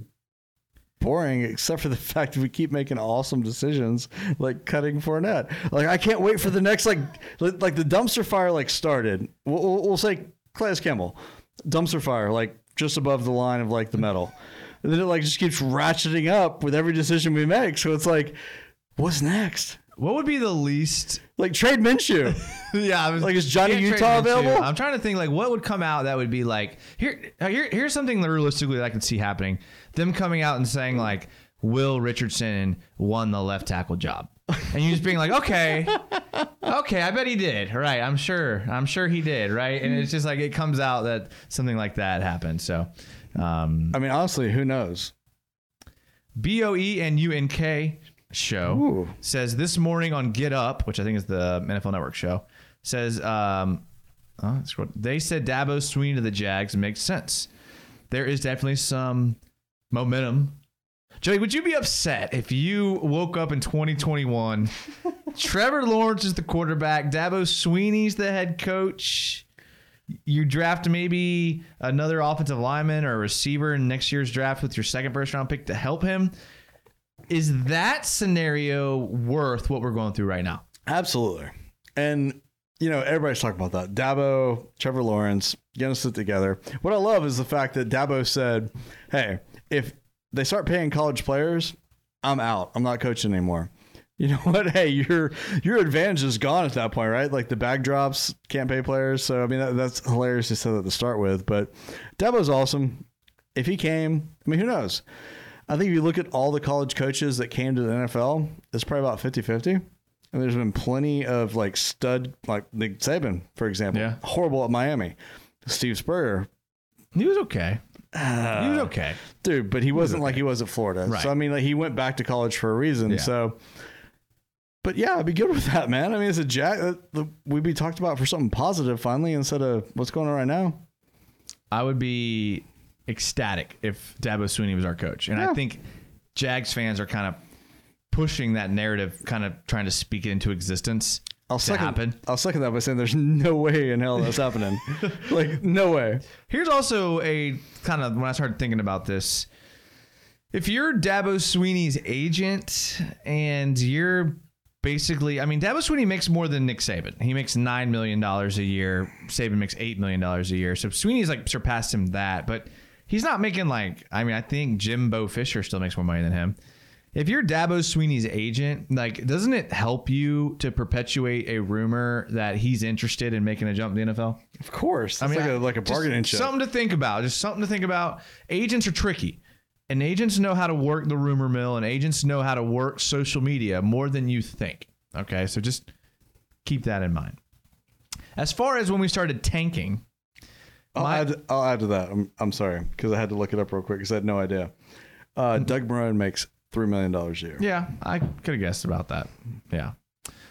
boring, except for the fact that we keep making awesome decisions, like cutting Fournette. Like I can't wait for the next like li- like the dumpster fire like started. We'll, we'll, we'll say Clayus Campbell, dumpster fire like just above the line of like the metal. And then it like just keeps ratcheting up with every decision we make. So it's like, what's next?
What would be the least?
Like trade Minshew.
yeah, I was,
Like, is Johnny
Can't trade
Utah
Minshew.
available?
I'm trying to think like what would come out that would be like here. uh, here here's something that realistically that I can see happening: them coming out and saying like Will Richardson won the left tackle job, and you just being like, okay, okay, I bet he did. Right, I'm sure. I'm sure he did. Right, and it's just like it comes out that something like that happened. So. Um,
I mean, honestly, who knows?
B O E N U N K show
Ooh.
says this morning on Get Up, which I think is the NFL Network show, says um, oh, I scrolled- they said Dabo Sweeney to the Jags makes sense. There is definitely some momentum. Joey, would you be upset if you woke up in 2021? Trevor Lawrence is the quarterback. Dabo Sweeney's the head coach. You draft maybe another offensive lineman or a receiver in next year's draft with your second first round pick to help him. Is that scenario worth what we're going through right now?
Absolutely. And you know, everybody's talking about that. Dabo, Trevor Lawrence, gonna sit together. What I love is the fact that Dabo said, Hey, if they start paying college players, I'm out. I'm not coaching anymore. You know what? Hey, your your advantage is gone at that point, right? Like the bag drops can't pay players. So I mean, that, that's hilarious to say that to start with. But Dabo's awesome. If he came, I mean, who knows? I think if you look at all the college coaches that came to the NFL, it's probably about 50 50. And there's been plenty of like stud, like Nick Saban, for example,
Yeah.
horrible at Miami. Steve Spurrier,
He was okay. he
Uh,
was okay.
dude, but he wasn't like he was at Florida.
Right.
So I mean, like he went back to college for a reason.
Yeah.
So, but yeah, I'd be good with that, man. I mean, it's a jack. uh, the- We'd be talked about for something positive finally instead of what's going on right now.
I would be ecstatic if Dabo Sweeney was our coach. And I think Jags fans are kind of pushing that narrative, kind of trying to speak it into existence.
I'll
to
second.
happen.
I'll second that by saying there's no way in hell that's happening. like no way.
Here's also a kind of when I started thinking about this. If you're Dabo Sweeney's agent and you're basically, I mean, Dabo Sweeney makes more than Nick Saban. He makes $9 million a year. Saban makes $8 million a year. So Sweeney's like surpassed him that, but he's not making like, I mean, I think Jimbo Fisher still makes more money than him. If you're Dabo Sweeney's agent, like, doesn't it help you to perpetuate a rumor that he's interested in making a jump in the NFL?
Of course. It's like a like a
just
bargaining chip.
Something to think about. Just something to think about. Agents are tricky. And agents know how to work the rumor mill and agents know how to work social media more than you think. Okay, so just keep that in mind. As far as when we started tanking,
I'll,
my-
add, I'll add to that. I'm, I'm sorry because I had to look it up real quick because I had no idea. Uh, Doug Marone makes three million dollars a year.
Mm-hmm. yeah, I could have guessed about that. Yeah.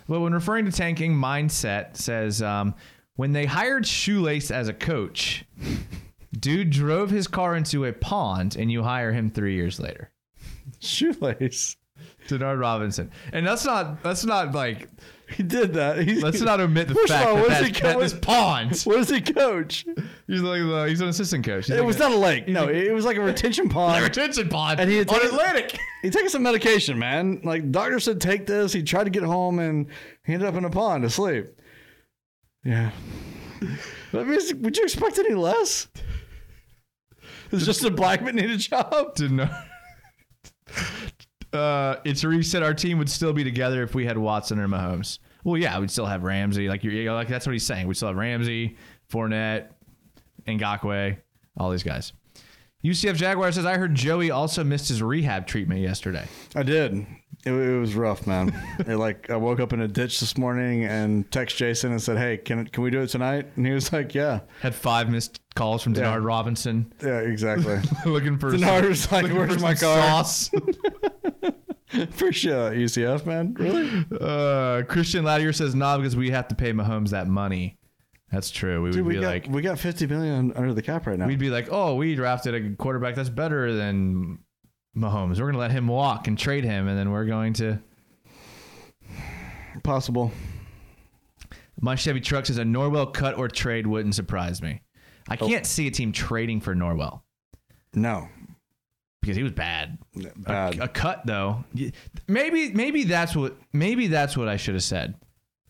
But when referring to tanking, mindset says um, when they hired Shoelace as a coach, dude drove his car into a pond and you hire him three years later.
Shoelace.
Denard Robinson. And that's not that's not like
He did that. He,
let's not omit the
First of
fact
all,
that,
where's
that,
he
that
going?
this pond.
What does he coach?
He's like the, he's an assistant coach. He's
It
like
was
a-
not a lake. No, it was like a retention
a
pond.
retention pond
And he had
on
taken-
Atlantic.
He took some medication, man. Like doctor said, take this. He tried to get home and he ended up in a pond asleep. Yeah. I mean, is- would you expect any less? It's just a black man need a job.
Denard. Uh, it's reset. Our team would still be together if we had Watson or Mahomes. Well, yeah, we'd still have Ramsey. Like you're, you're like that's what he's saying. We still have Ramsey, Fournette, Ngakwe, all these guys. UCF Jaguar says I heard Joey also missed his rehab treatment yesterday.
I did. It, it was rough, man. it, like I woke up in a ditch this morning and text Jason and said, "Hey, can can we do it tonight?" And he was like, "Yeah,
Had five missed calls from Denard
Yeah.
Robinson.
yeah, exactly."
looking for
Denard
some-
was like,
looking
"Where's
for
my
some
car?"
sauce.
For sure, UCF E man. Really?
uh, Christian Latier says, "Nah, because we have to pay Mahomes that money." That's true. We would
Dude, we
be
got
like,
we got fifty million under the cap right now.
we'd be like, "Oh, we drafted a quarterback that's better than Mahomes. We're gonna let him walk and trade him, and then we're going to."
Possible.
My Chevy truck says a Norwell cut or trade wouldn't surprise me. I
Oh.
can't see a team trading for Norwell
No.
because he was bad.
Bad.
a cut though. Y- Maybe maybe that's what maybe that's what I should have said.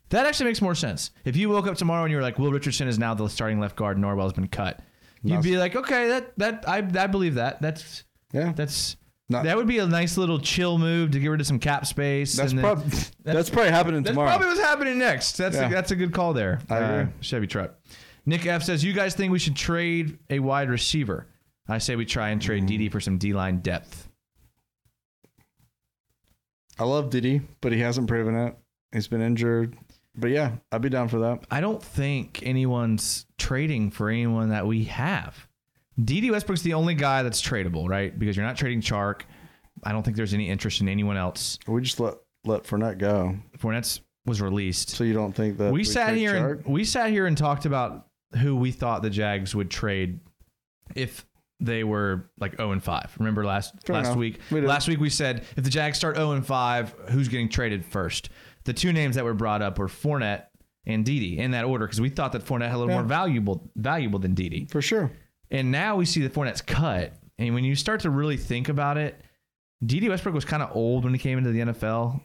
That actually makes more sense. If you woke up tomorrow and you were like, Will Richardson is now the starting left guard, and Norwell's been cut. You'd be like, okay, that that I I believe that. That's
yeah.
that's
No.
that would be a nice little chill move to get rid of some cap space.
that's
and then-
probably that's, probably happening
that's
tomorrow.
probably what's happening next. That's
Yeah.
a, that's a good call there. uh,
I agree.
Chevy truck. Nick F says, "You guys think we should trade a wide receiver?" I say we try and
Mm.
trade DD for some D line depth.
I love Diddy, but he hasn't proven it. He's been injured. But yeah, I'd be down for that.
I don't think anyone's trading for anyone that we have. DD Westbrook's the only guy that's tradable, right? Because you're not trading Chark. I don't think there's any interest in anyone else.
We just let let Fournette go.
Fournette was released.
So you don't think that
we, sat
trade
here
Chark?
and we sat here and talked about who we thought the Jags would trade if they were like 0 and 5. Remember last
Fair
last
enough.
week?
We did.
last week we said if the Jags start 0 and 5, who's getting traded first? The two names that were brought up were Fournette and Didi in that order because we thought that Fournette had a little more valuable valuable than Didi.
for sure.
And now we see the Fournette's cut. And when you start to really think about it, D.D. Westbrook was kind of old when he came into the NFL.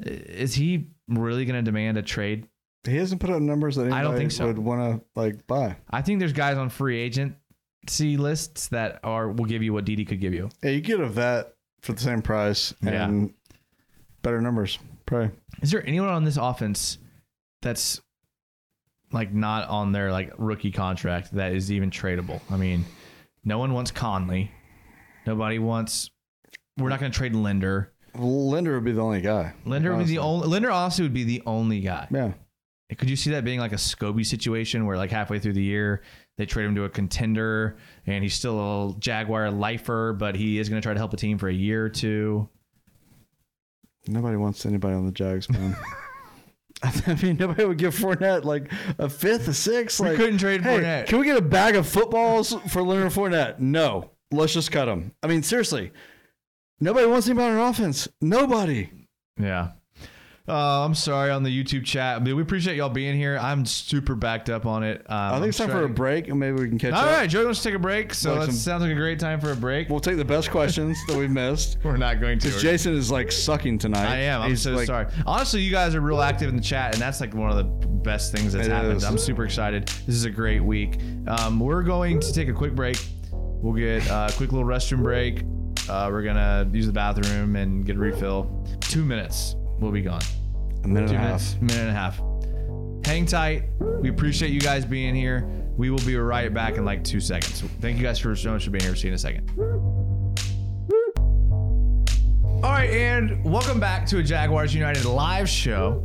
Is he really going to demand a trade
He hasn't put up numbers that anybody
I don't think so.
would want to like buy.
I think there's guys on free agency lists that are will give you what DD could give you.
Yeah, you get a vet for the same price
Yeah.
and better numbers, probably.
Is there anyone on this offense that's like not on their like rookie contract that is even tradable? I mean, no one wants Conley. Nobody wants. We're not going to trade Linder.
Linder would be the only guy.
Linder would be the
honestly.
only. Linder also would be the only guy.
Yeah,
Could you see that being like a Scobie situation where like halfway through the year they trade him to a contender and he's still a Jaguar lifer, but he is going to try to help a team for a year or two?
nobody wants anybody on the Jags, man. I mean, nobody would give Fournette like a fifth, a sixth.
We
like,
couldn't trade
hey,
Fournette."
Can we get a bag of footballs for Leonard Fournette? No, let's just cut him. I mean, seriously, nobody wants anybody on offense. Nobody.
Yeah. Uh, I'm sorry on the YouTube chat. But we appreciate y'all being here. I'm super backed up on it. Um,
I think it's time for a break, and maybe we can catch
All
up.
right, Joey wants to take a break. So
Like
that
some-
sounds like a great time for a break.
We'll take the best questions that we missed.
We're not going to.
Jason is like sucking tonight.
I am. I'm
He's,
so
like,
sorry. Honestly, you guys are real active in the chat, and that's like one of the best things that's
It
happened.
is.
I'm super excited. This is a great week. Um, we're going to take a quick break. We'll get uh, a quick little restroom break. Uh, we're gonna use the bathroom and get a refill. Two minutes. We'll be gone.
A minute
Two
and a half.
minutes. Minute and a half. Hang tight. We appreciate you guys being here. We will be right back in like two seconds. Thank you guys for so much for being here. See you in a second. All right, and welcome back to a Jaguars United live show.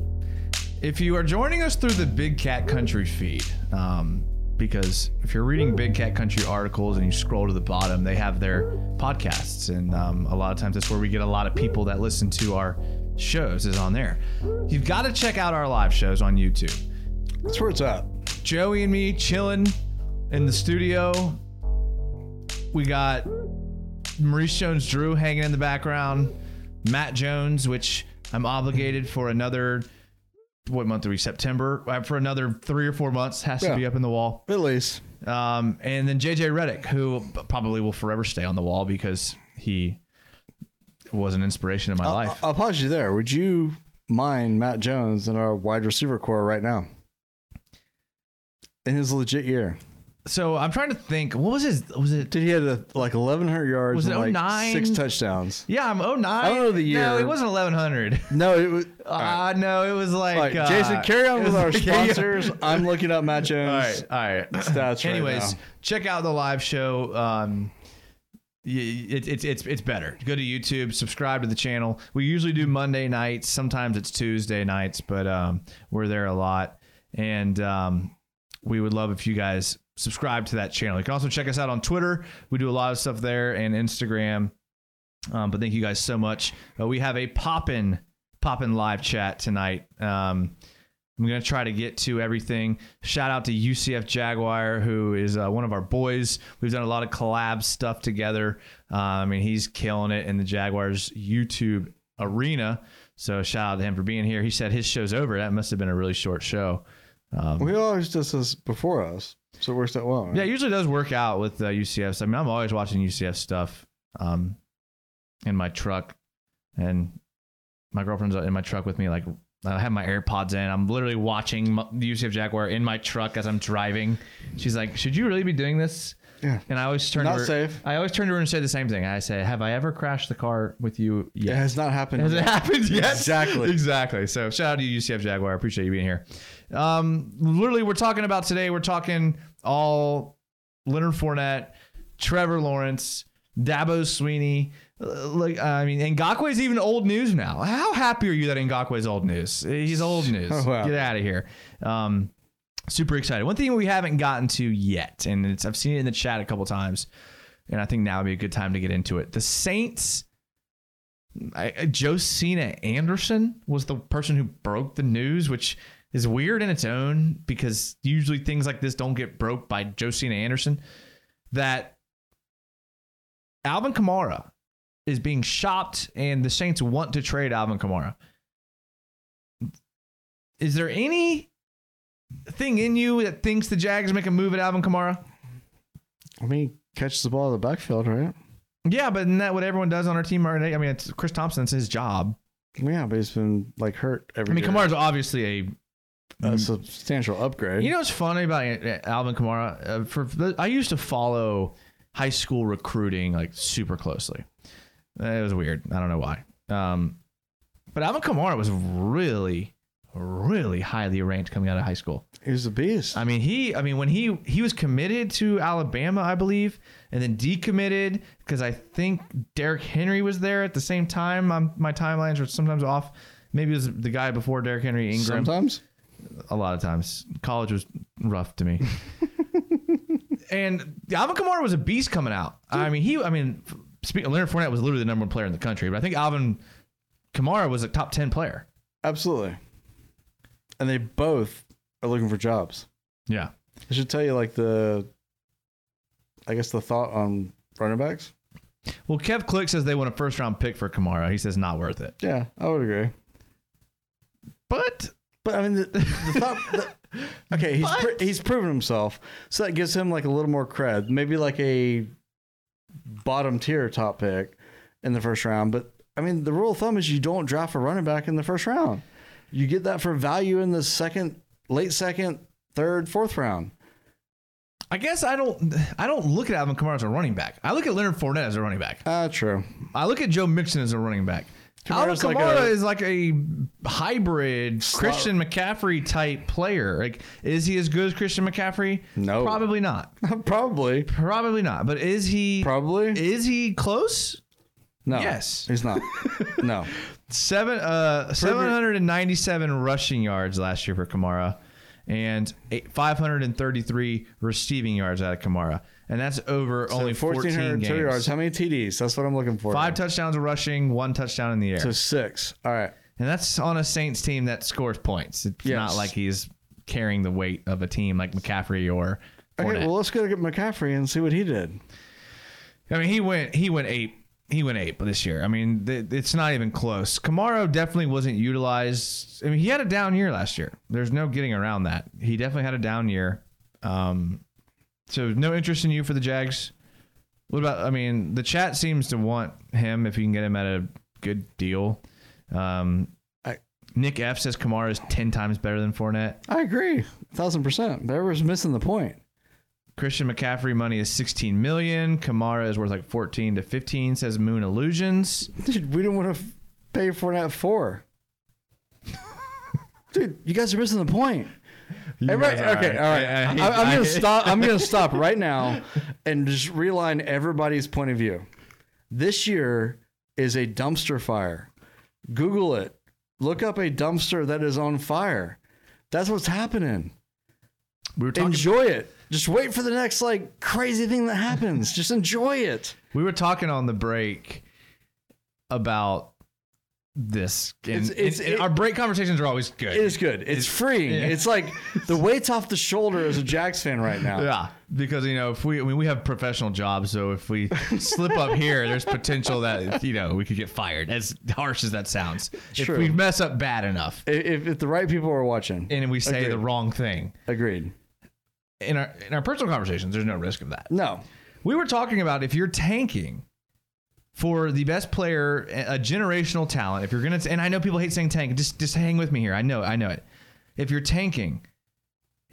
If you are joining us through the Big Cat Country feed, um, because if you're reading Big Cat Country articles and you scroll to the bottom, they have their podcasts, and um, a lot of times that's where we get a lot of people that listen to our shows is on there. You've got to check out our live shows on YouTube.
That's where it's at.
Joey and me chilling in the studio. We got Maurice Jones Drew hanging in the background. Matt Jones, which I'm obligated for another what month are we? September Uh, for another three or four months has to
Yeah.
be up in the wall.
At least.
Um, and then JJ Reddick, who probably will forever stay on the wall because he was an inspiration in my
I'll,
life.
I'll pause you there. Would you mind Matt Jones in our wide receiver core right now? In his legit year.
So I'm trying to think. What was his? Was it?
Dude, he had a, like 1,100 yards
Was it
and like
09?
six touchdowns.
Yeah, I'm 09. I
don't know the
No,
year.
it wasn't 1100.
No, it was.
Uh,
all right.
no, it was like,
All right,
uh,
Jason, carry on
it
with
was
our
like- yeah.
sponsors. I'm looking up Matt Jones.
All right, all right.
Stats right
Anyways,
now.
check out the live show. Um, y- it, it's it's it's better. Go to YouTube, subscribe to the channel. We usually do Monday nights. Sometimes it's Tuesday nights, but um, we're there a lot. And um, we would love if you guys subscribe to that channel. You can also check us out on Twitter. We do a lot of stuff there and Instagram. Um, but thank you guys so much. Uh, we have a poppin' poppin' live chat tonight. Um, I'm gonna try to get to everything. Shout out to UCF Jaguar, who is uh, one of our boys. We've done a lot of collab stuff together. Um, and he's killing it in the Jaguars YouTube arena. So shout out to him for being here. He said his show's over. That must have been a really short show.
We always does this before us, so it works out well. Right?
Um, Yeah, it usually does work out with uh, UCFs. I mean, I'm always watching UCF stuff um, in my truck, and my girlfriend's in my truck with me. Like, I have my AirPods in. I'm literally watching my, the UCF Jaguar in my truck as I'm driving. She's like, "Should you really be doing this?"
Yeah.
And I always turn
Not
to her,
safe.
I always turn to her and say the same thing. I say, "Have I ever crashed the car with you
It
yet?"
has not happened.
Has
yet.
it happened yet?
Exactly.
Exactly. So shout out to you, UCF Jaguar. I appreciate you being here. Um, literally, we're talking about today. We're talking all Leonard Fournette, Trevor Lawrence, Dabo Sweeney. Uh, Like I mean, Ngakwe is even old news now. How happy are you that Ngakwe is old news? He's old news.
Oh, wow.
Get out of here. Um, super excited. One thing we haven't gotten to yet, and it's I've seen it in the chat a couple times, and I think now would be a good time to get into it. The Saints. I, I- Josina Anderson was the person who broke the news, which is weird in its own because usually things like this don't get broke by Josina Anderson. That Alvin Kamara is being shopped, and the Saints want to trade Alvin Kamara. Is there any thing in you that thinks the Jags make a move at Alvin Kamara?
I mean, catches the ball in the backfield, right?
Yeah, but isn't that what everyone does on our team? already? I mean, it's Chris Thompson. It's his job.
Yeah, but he's been like hurt every.
I mean,
year.
Kamara's obviously a
a substantial upgrade.
You know what's funny about uh, Alvin Kamara? Uh, for for- I used to follow high school recruiting like super closely. Uh, It was weird. I don't know why. Um, but Alvin Kamara was really, really highly ranked coming out of high school.
he was a beast.
I mean, he. I mean, when he he was committed to Alabama, I believe, and then decommitted because I think Derrick Henry was there at the same time. i my timelines were sometimes off. Maybe it was the guy before Derrick Henry Ingram
Sometimes
a lot of times. College was rough to me. and Alvin Kamara was a beast coming out. I mean, he. I mean, speak, Leonard Fournette was literally the number one player in the country, but I think Alvin Kamara was a top ten player.
absolutely. And they both are looking for jobs.
Yeah.
I should tell you like the, I guess the thought on running backs.
Well, Kev Click says they want a first round pick for Kamara. He says not worth it.
Yeah, I would agree.
But
But I mean, the, the thought. the- okay, he's pr- he's proven himself, so that gives him like a little more cred. Maybe like a bottom tier top pick in the first round. But I mean, the rule of thumb is you don't draft a running back in the first round. You get that for value in the second, late second, third, fourth round.
I guess I don't. I don't look at Alvin Kamara as a running back. I look at Leonard Fournette as a running back.
Ah, true.
I look at Joe Mixon as a running back.
Kamara's
Alvin
like
Kamara
a-
is like a hybrid Christian McCaffrey type player. Like, is he as good as Christian McCaffrey?
No.
probably not.
Probably.
Probably not. But is he?
Probably.
Is he close?
No.
Yes.
He's not. no.
Seven uh seven hundred and ninety seven rushing yards last year for Kamara, and five hundred and thirty three receiving yards out of Kamara, and that's over only fourteen
1,402
games.
yards. How many TDs? That's what I'm looking for.
Five touchdowns rushing, one touchdown in the air.
So six. All right.
And that's on a Saints team that scores points. It's
Yes.
not like he's carrying the weight of a team like McCaffrey or.
Okay,
Fournette.
well, let's go get McCaffrey and see what he did.
I mean, he went he went ape. He went ape this year. I mean, th- it's not even close. Kamara definitely wasn't utilized. I mean, he had a down year last year. There's no getting around that. He definitely had a down year. Um, so no interest in you for the Jags. What about? I mean, the chat seems to want him if you can get him at a good deal. Um,
I-
Nick F says Kamara is ten times better than Fournette.
I agree, thousand percent. But everyone's missing the point.
Christian McCaffrey money is 16 million. Kamara is worth like 14 to 15, says Moon Illusions.
Dude, we didn't want to pay for that four. Dude, you guys are missing the point. Everybody-
guys are-
okay, all right.
I- I
I,
hate-
am
I
gonna
hate-
stop. I'm gonna stop right now and just realign everybody's point of view. This year is a dumpster fire. Google it. Look up a dumpster that is on fire. That's what's happening.
We were talking
enjoy it. Just wait for the next like crazy thing that happens. Just enjoy it.
we were talking on the break about this. And,
It's- it's-
and- and
it-
our break conversations are always good.
It is good. It's, freeing.
yeah.
It's like the weight's off the shoulder as a Jags fan right now.
yeah, because you know, if we I mean we have professional jobs, so if we slip up here, there's potential that you know we could get fired. As harsh as that sounds,
True.
if we mess up bad enough
I- If, if the right people are watching,
and we say the wrong thing
agreed.
in our in our personal conversations, there's no risk of that.
No,
We were talking about if you're tanking for the best player, a generational talent, if you're gonna, and I know people hate saying tank, just just hang with me here. I know, I know it. If you're tanking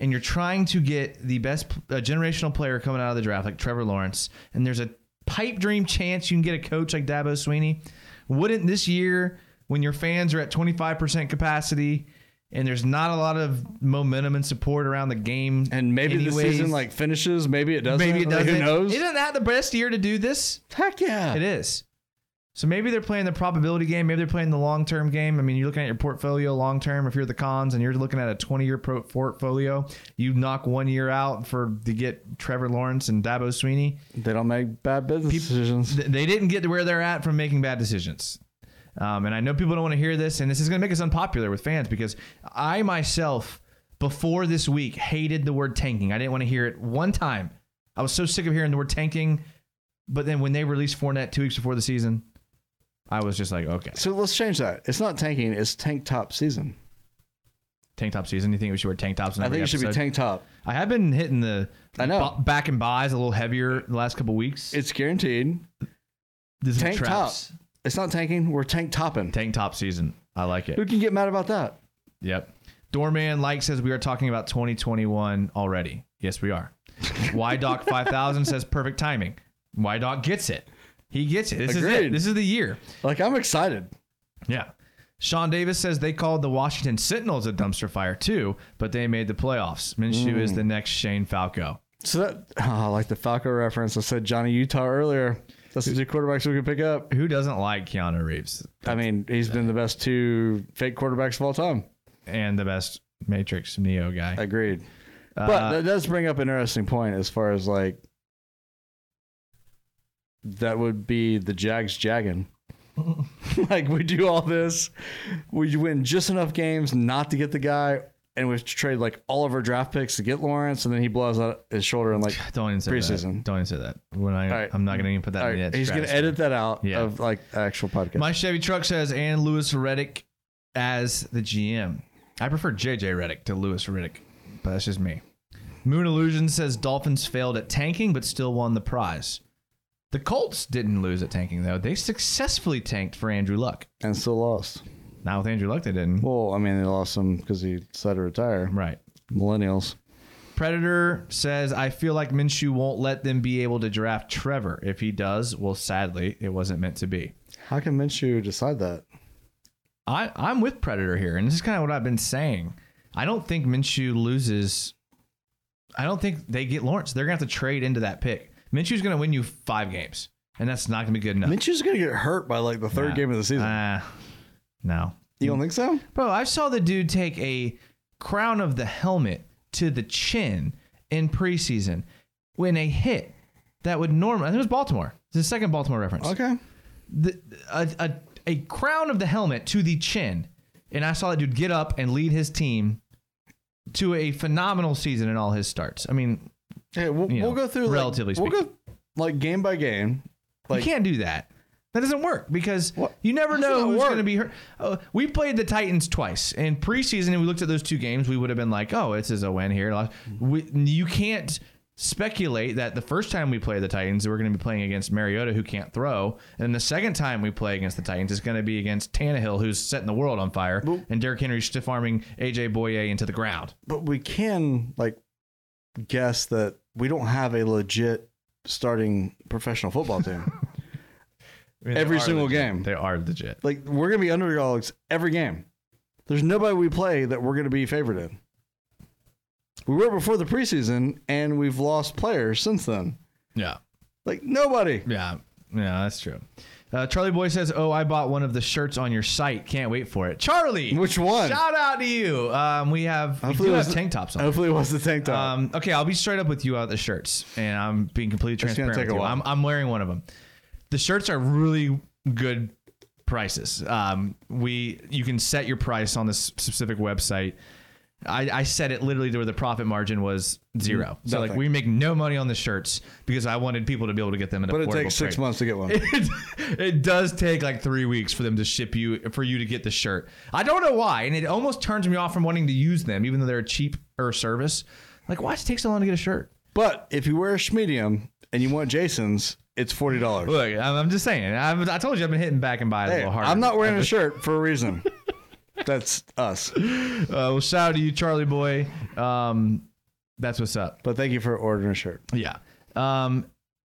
and you're trying to get the best p- a generational player coming out of the draft, like Trevor Lawrence, and there's a pipe dream chance you can get a coach like Dabo Sweeney, wouldn't this year, when your fans are at 25% capacity and there's not a lot of momentum and support around the game,
and maybe the
anyways,
season like finishes. Maybe it doesn't.
Maybe it
Like,
doesn't.
Who knows?
Isn't that the best year to do this?
Heck yeah!
It is. So maybe they're playing the probability game. Maybe they're playing the long term game. I mean, you're looking at your portfolio long term. If you're the cons and you're looking at a 20 year pro- portfolio, you knock one year out for to get Trevor Lawrence and Dabo Sweeney.
They don't make bad business decisions.
Th- They didn't get to where they're at from making bad decisions. Um, and I know people don't want to hear this, and this is going to make us unpopular with fans because I myself, before this week, hated the word tanking. I didn't want to hear it one time. I was so sick of hearing the word tanking. But then when they released Fournette two weeks before the season, I was just like, okay,
So let's change that. It's not tanking. It's tank top season.
tank top season. You think we should wear tank tops? In
I
every
think it should be
episode?
tank top.
I have been hitting the
I know.
b- back and buys a little heavier the last couple weeks.
It's guaranteed.
This is
Tank top.
traps.
It's not tanking. We're tank topping.
Tank top season. I like it.
Who can get mad about that?
Yep. Doorman like says we are talking about 2021 already. Yes, we are. Why Doc 5000 says perfect timing. Why Doc gets it. He gets it. This is it.
Agreed.
This is the year.
Like I'm excited.
Yeah. Sean Davis says they called the Washington Sentinels a dumpster fire too, but they made the playoffs. Minshew is
Mm.
the next Shane Falco.
So that oh, like the Falco reference, I said Johnny Utah earlier. That's the two quarterbacks we could pick up.
Who doesn't like Keanu Reeves
I mean, he's been the best two fake quarterbacks of all time.
and the best Matrix Neo guy? Uh,
Agreed. Uh, but that does bring up an interesting point as far as like that would be the Jags jagging. like we do all this, we win just enough games not to get the guy, and we have to trade like all of our draft picks to get Lawrence, and then he blows out his shoulder and like,
Don't even say that.
Preseason.
Don't even say that. When I,
All right.
I'm not going to even put that
all
in
right,
the
he's gonna
stratosphere.
edit that out
Yeah.
of like actual podcast.
My Chevy truck says and Lewis Reddick as the GM. I prefer JJ Reddick to Lewis Reddick, but that's just me. Moon Illusion says Dolphins failed at tanking but still won the prize. The Colts didn't lose at tanking though. They successfully tanked for Andrew Luck.
and still lost.
Not with Andrew Luck, they didn't.
Well, I mean, they lost him because he decided to retire.
Right.
Millennials.
Predator says, I feel like Minshew won't let them be able to draft Trevor. If he does, well, sadly, it wasn't meant to be.
How can Minshew decide that?
I, I'm with Predator here, and this is kind of what I've been saying. I don't think Minshew loses. I don't think they get Lawrence. They're going to have to trade into that pick. Minshew's going to win you five games, and that's not going to be good enough.
Minshew's gonna get hurt by like the third game of the season.
Ah, no.
you don't think so?
Bro, I saw the dude take a crown of the helmet to the chin in preseason when a hit that would normally, I think it was Baltimore. It's the second Baltimore reference.
Okay.
The, a, a, a crown of the helmet to the chin. And I saw that dude get up and lead his team to a phenomenal season in all his starts. I mean,
Hey, we'll,
You
we'll
know,
go through like-
relatively
We'll go like game by game. Like
you can't do that. That doesn't work because
What?
you never
How does
know
that
who's
work?
going to be hurt. Uh, we played the Titans twice in preseason, and we looked at those two games. We would have been like, "Oh, this is a win here." We, you can't speculate that the first time we play the Titans, we're going to be playing against Mariota, who can't throw, and the second time we play against the Titans, it's going to be against Tannehill, who's setting the world on fire, and Derrick Henry stiff arming AJ Boye into the ground.
but we can like guess that we don't have a legit starting professional football team. Every single game.
they are legit.
like we're gonna be underdogs every game. There's nobody we play that we're gonna be favored in. We were before the preseason, and we've lost players since then.
Yeah.
Like nobody.
Yeah, yeah, that's true. Uh, Charlie Boy says, "Oh, I bought one of the shirts on your site. Can't wait for it, Charlie.
Which one?
Shout out to you. Um, we have we
Hopefully
do
it
have
was-
tank tops on.
Hopefully, it was the tank top.
Um, okay, I'll be straight up with you about the shirts, and I'm being completely
It's gonna
transparent.
take
with
a
you.
while.
I'm, I'm wearing one of them. The shirts are really good prices. Um, we you can set your price on this specific website. I, I set it literally to where the profit margin was zero. So like
Mm, Nothing.
we make no money on the shirts because I wanted people to be able to get them in
but it
affordable
takes six
price
months to get one.
it, it does take like three weeks for them to ship you for you to get the shirt. I don't know why, and it almost turns me off from wanting to use them, even though they're a cheaper service. Like, why does it take so long to get a shirt?
But if you wear a medium and you want Jason's, it's forty dollars.
Look, I'm, I'm just saying. I've, I told you I've been hitting back and by a
Hey,
little harder.
I'm not wearing a shirt for a reason. That's us.
Uh, well, shout out to you, Charlie boy. Um, that's what's up.
But thank you for ordering a shirt.
Yeah. Um,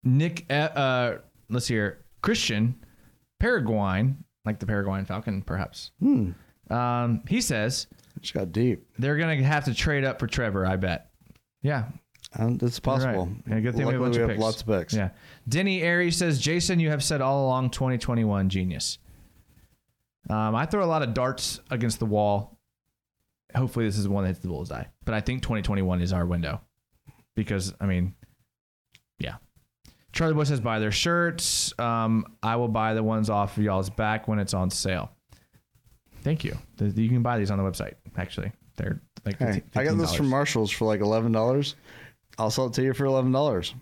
Nick, uh, uh, let's hear Christian Paraguayan, like the Paraguayan Falcon, perhaps.
Hmm.
Um, he says.
Just got deep.
They're gonna have to trade up for Trevor, I bet. Yeah.
Um, it's
you're
possible.
Right. Yeah, good thing we
Luckily,
have, a bunch
we
of
have
picks.
lots of picks.
Yeah. Denny Airy says, Jason, you have said all along 2021 genius. Um, I throw a lot of darts against the wall. Hopefully, this is the one that hits the bullseye. But I think 2021 is our window because I mean, yeah. Charlie Boy says buy their shirts. Um, I will buy the ones off of y'all's back when it's on sale. Thank you. The- you can buy these on the website. Actually, they're like
Hey,
$15.
I got this from Marshalls for like eleven dollars. I'll sell it to you for eleven dollars.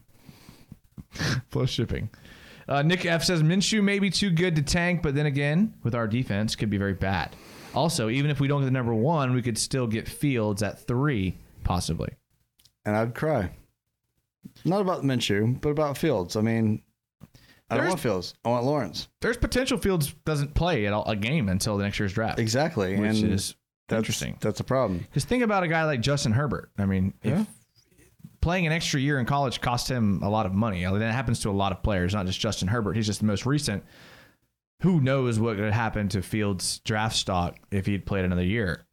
plus shipping. Uh, Nick F says Minshew may be too good to tank, but then again, with our defense, could be very bad. Also, even if we don't get the number one, we could still get Fields at three, possibly.
And I'd cry. Not about Minshew, but about Fields. I mean, I don't
There's-
want Fields. I want Lawrence.
There's potential Fields doesn't play at all, a game until the next year's draft,
Exactly.
which
and
is
That's,
Interesting.
That's a problem.
Because think about a guy like Justin Herbert. I mean, if playing an extra year in college cost him a lot of money. That happens to a lot of players, not just Justin Herbert. He's just the most recent. Who knows what could happen to Fields' draft stock if he'd played another year?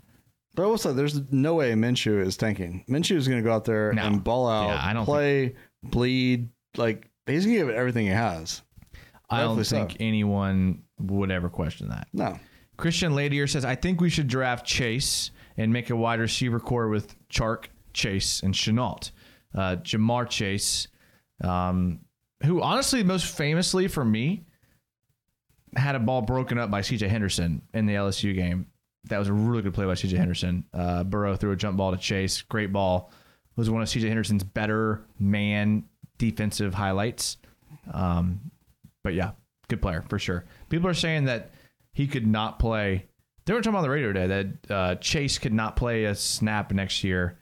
But also, there's no way Minshew is tanking. Minshew is going to go out there
No.
and ball out,
Yeah, I don't
play, bleed. Like he's going to give it everything he has.
I don't
Rightfully so.
think anyone would ever question that.
No,
Christian Ladier says, I think we should draft Chase and make a wide receiver core with Chark, Chase, and Chenault. Uh, Jamar Chase, um, who honestly, most famously for me, had a ball broken up by CJ Henderson in the LSU game. That was a really good play by CJ Henderson. Uh, Burrow threw a jump ball to Chase. Great ball. Was one of CJ Henderson's better man defensive highlights. Um, but yeah, good player for sure. People are saying that he could not play. They were talking on the radio today that uh, Chase could not play a snap next year,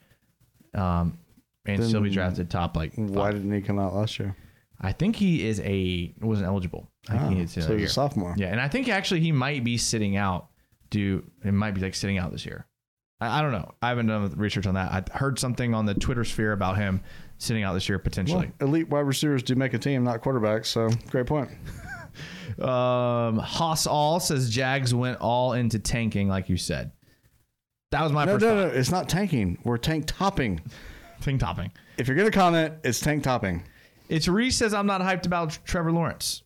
um, and
Then
still be drafted top like. five.
why didn't he come out last year?
I think he is a wasn't eligible. I think
Oh,
he is
so
another
he's a
year.
sophomore.
Yeah, and I think actually he might be sitting out. Do it might be like sitting out this year. I, I don't know. I haven't done research on that. I heard something on the Twitter sphere about him sitting out this year
Well,
potentially.
elite wide receivers do make a team, not quarterbacks. So great point.
Um, Haas all says Jags went all into tanking, like you said. That was my
No,
first
no,
thought.
no. It's not tanking. We're tank topping.
thing topping.
If you're going to comment, it's tank topping.
It's Reese says I'm not hyped about Trevor Lawrence.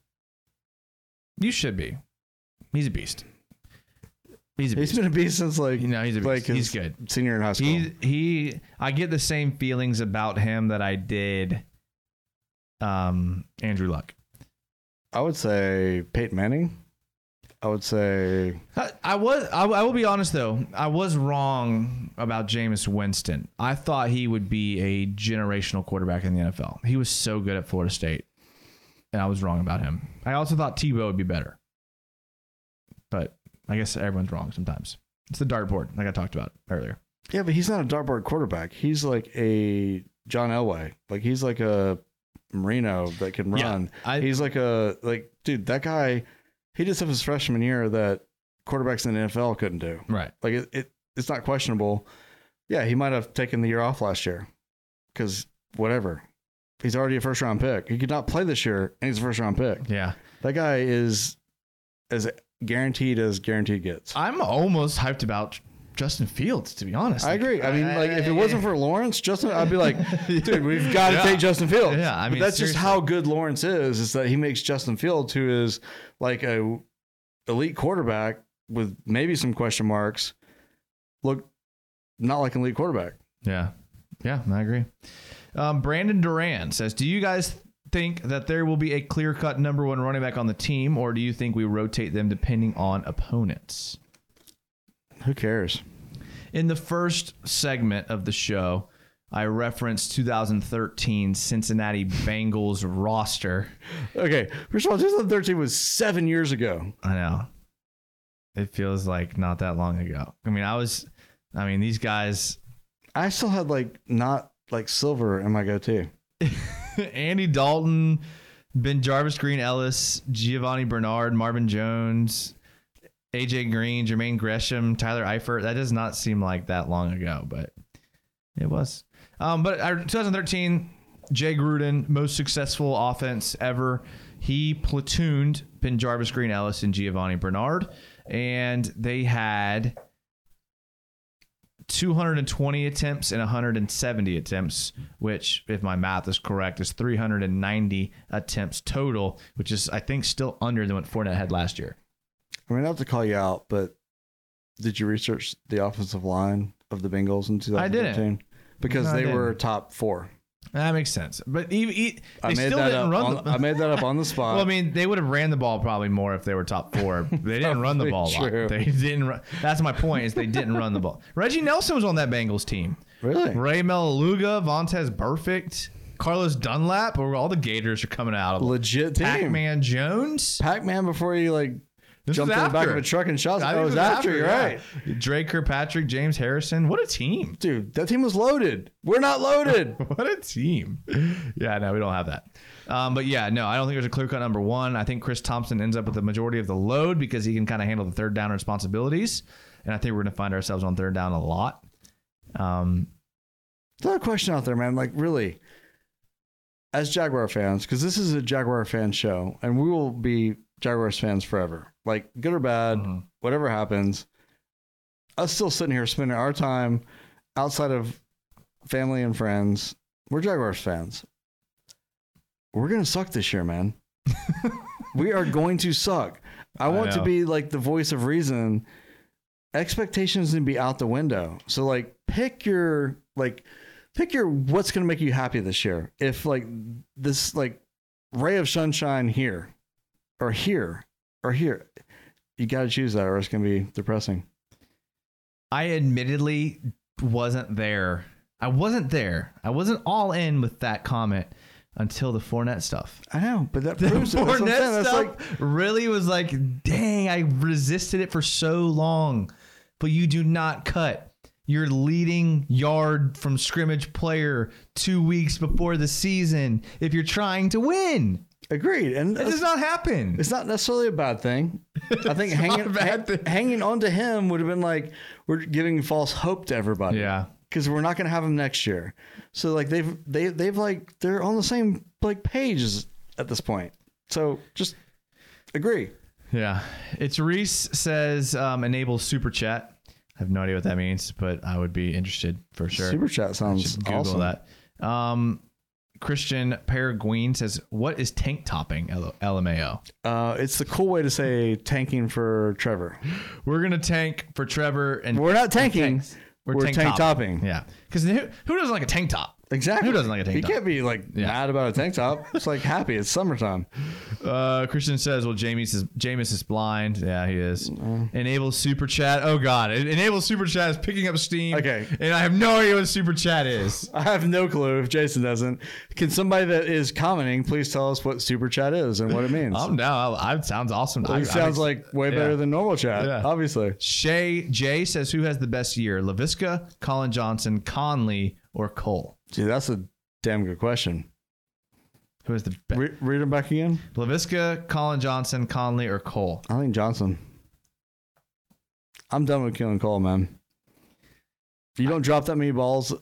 You should be. He's a beast. He's a beast.
He's been a beast since like
No, he's a beast.
like his
He's good.
senior in high school.
He he I get the same feelings about him that I did um Andrew Luck.
I would say Peyton Manning. I would say
I, I was I, I will be honest though, I was wrong about Jameis Winston. I thought he would be a generational quarterback in the NFL. He was so good at Florida State. And I was wrong about him. I also thought Tebow would be better. But I guess everyone's wrong sometimes. It's the dartboard, like I talked about earlier.
yeah, but he's not a dartboard quarterback. He's like a John Elway. Like he's like a Marino that can
Yeah,
run.
I-
he's like a like dude. That guy, he did stuff his freshman year that quarterbacks in the NFL couldn't do.
Right.
Like it, it it's not questionable. Yeah, he might have taken the year off last year because whatever. He's already a first round pick. He could not play this year, and he's a first round pick.
Yeah.
That guy is as guaranteed as guaranteed gets.
I'm almost hyped about Justin Fields, to be honest.
I
Like,
agree. I mean, like if it wasn't for Lawrence, Justin, I'd be like, dude, we've got to
Yeah.
take Justin Fields.
Yeah, I
But
mean,
that's
seriously.
just how good Lawrence is. Is that he makes Justin Fields, who is like a elite quarterback with maybe some question marks, look not like an elite quarterback.
Yeah. Yeah, I agree. Um, Brandon Duran says, Do you guys think that there will be a clear cut number one running back on the team, or do you think we rotate them depending on opponents?
Who cares?
In the first segment of the show, I referenced 2013 Cincinnati Bengals roster.
Okay, first of all, 2013 was seven years ago.
I know. It feels like not that long ago. I mean, I was, I mean, these guys,
I still had like not like silver in my goatee.
Andy Dalton, Ben Jarvis Green Ellis, Giovanni Bernard, Marvin Jones, AJ Green, Jermaine Gresham, Tyler Eifert. That does not seem like that long ago, but it was. Um, but our 2013, Jay Gruden, most successful offense ever. He platooned Ben Jarvis Green Ellis and Giovanni Bernard, and they had 220 attempts and 170 attempts, which, if my math is correct, is 390 attempts total, which is, I think, still under than what Fournette had last year.
I mean, not to call you out, but did you research the offensive line of the Bengals in 2013?
I didn't.
Because
No, I
they
didn't.
were top four.
That makes sense. But even, e they
I made
still
that
didn't
up.
run
on,
the
I made that up on the spot.
Well, I mean, they would have ran the ball probably more if they were top four. They didn't run the
Probably
ball a lot.
true.
They didn't. Run, that's my point. Is they didn't run the ball. Reggie Nelson was on that Bengals team.
really?
Ray Meluga, Vontez Perfect, Carlos Dunlap. Where all the Gators are coming out of
Legit team.
Pac-Man Jones.
Pac-Man before he like
This
jumped
was
in the back
after.
of a truck and shot.
I
I
think
was
it
after. You're
yeah.
right,
Drake Kirkpatrick, James Harrison. What a team.
dude. That team was loaded. We're not loaded.
What a team. Yeah, no, we don't have that. Um, but yeah, no, I don't think there's a clear cut number one. I think Chris Thompson ends up with the majority of the load because he can kind of handle the third down responsibilities. And I think we're going to find ourselves on third down a lot. Um,
Throw a question out there, man. Like, really, as Jaguar fans, because this is a Jaguar fan show, and we will be Jaguars fans forever. Like, good or bad,
Mhm.
whatever happens, us still sitting here spending our time outside of family and friends. We're Jaguars fans. We're gonna suck this year, man. we are going to suck. I, want to
know.
be like the voice of reason. Expectations need to be out the window. So like pick your like pick your what's going to make you happy this year. If like this like ray of sunshine here or here or here, you got to choose that or it's going to be depressing.
I admittedly wasn't there. I wasn't there. I wasn't all in with that comment until the Fournette stuff.
I know, but that
The
proves it. That's what I'm saying.
Fournette
That's
stuff
like
really was like, dang, I resisted it for so long, but you do not cut your leading yard from scrimmage player two weeks before the season if you're trying to win.
agreed, and
That does
it's,
not happen.
it's not necessarily a bad thing. I think hanging
a bad
ha-
thing.
hanging on to him would have been like we're giving false hope to everybody.
Yeah.
because we're not going to have them next year. So like they've they they've like they're on the same like pages at this point. So just agree.
Yeah. It's Reese says um, enable super chat. I have no idea what that means, but I would be interested for sure.
Super chat sounds
Should Google
awesome.
that. Um, Christian Paraguin says, "What is tank topping?" L- LMAO.
Uh, it's the cool way to say tanking for Trevor.
We're gonna tank for Trevor, and
We're not tanking.
tanks.
We're, tank, topping.
Yeah, because who, who doesn't like a tank top?
Exactly.
Who doesn't like a tank
he
top?
can't be like
Yeah.
mad about a tank top. It's like happy. It's summertime.
Uh, Christian says, "Well, James is James is blind. Yeah, he is.
Mm.
Enable super chat. Oh God, En- enable super chat is picking up steam.
Okay.
and I have no idea what super chat is.
I have no clue if Jason doesn't. Can somebody that is commenting please tell us what super chat is and what it means?
I'm down. I, I sounds awesome. I-
it
I'm
sounds
ex-
like way
yeah.
better than normal chat,
Yeah.
obviously.
Shay Jay says, "Who has the best year, Lavisca, Colin Johnson, Conley, or Cole?
Gee, that's a damn good question.
Who has the best?
Re- read them back again.
Lavisca, Colin Johnson, Conley, or Cole?
I think Johnson. I'm done with killing Cole, man. If you don't drop that many balls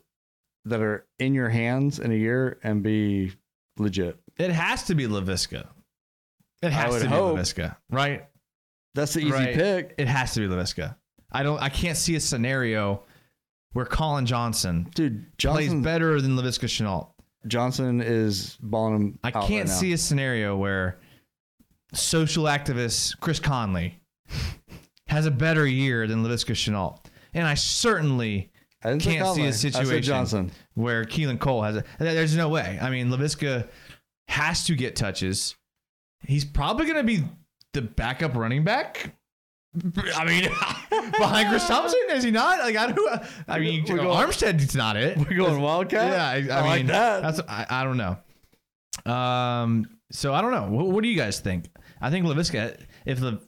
that are in your hands in a year and be legit,
It has to be Lavisca. It
I
has
would
to be
hope.
Lavisca, right?
that's the easy
Right.
pick.
It has to be Lavisca. I don't. I can't see a scenario where Colin Johnson
Dude,
plays
Johnson,
better than Lavisca Chenault.
Johnson is balling him.
I
out right
can't
now.
see a scenario where social activist Chris Conley has a better year than Lavisca Chenault. And I certainly
I didn't say
can't see
Conley. I
a
said
situation
Johnson.
where Keelan Cole has a. There's no way. I mean, Lavisca has to get touches. He's probably going to be the backup running back. I mean, behind Chris Thompson, is he not? Like, I don't. I mean,
We're going-
Armstead's not it.
We're going Wildcat.
Yeah, I, I mean,
like that.
That's I, I don't know. Um, so I don't know. What, what do you guys think? I think Lavisca. If the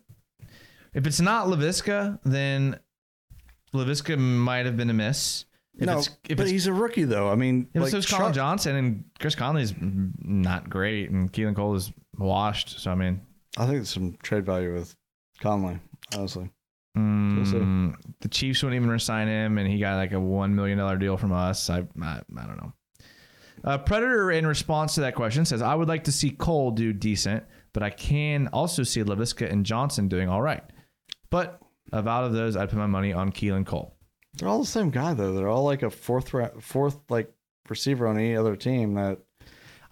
if it's not Lavisca, then Lavisca might have been a miss. If
no,
it's, if
but
it's,
he's a rookie though. I mean,
if
like,
it's Colin
Chuck-
Johnson and Chris Conley's not great, and Keelan Cole is washed. So I mean,
I think there's some trade value with Conley. Honestly, so.
mm, the Chiefs wouldn't even resign him, and he got like a one million dollar deal from us. I, I, I don't know. Uh, Predator, in response to that question, says, "I would like to see Cole do decent, but I can also see Lavisca and Johnson doing all right. But of out of those, I'd put my money on Keelan Cole.
They're all the same guy though. They're all like a fourth ra- fourth like receiver on any other team that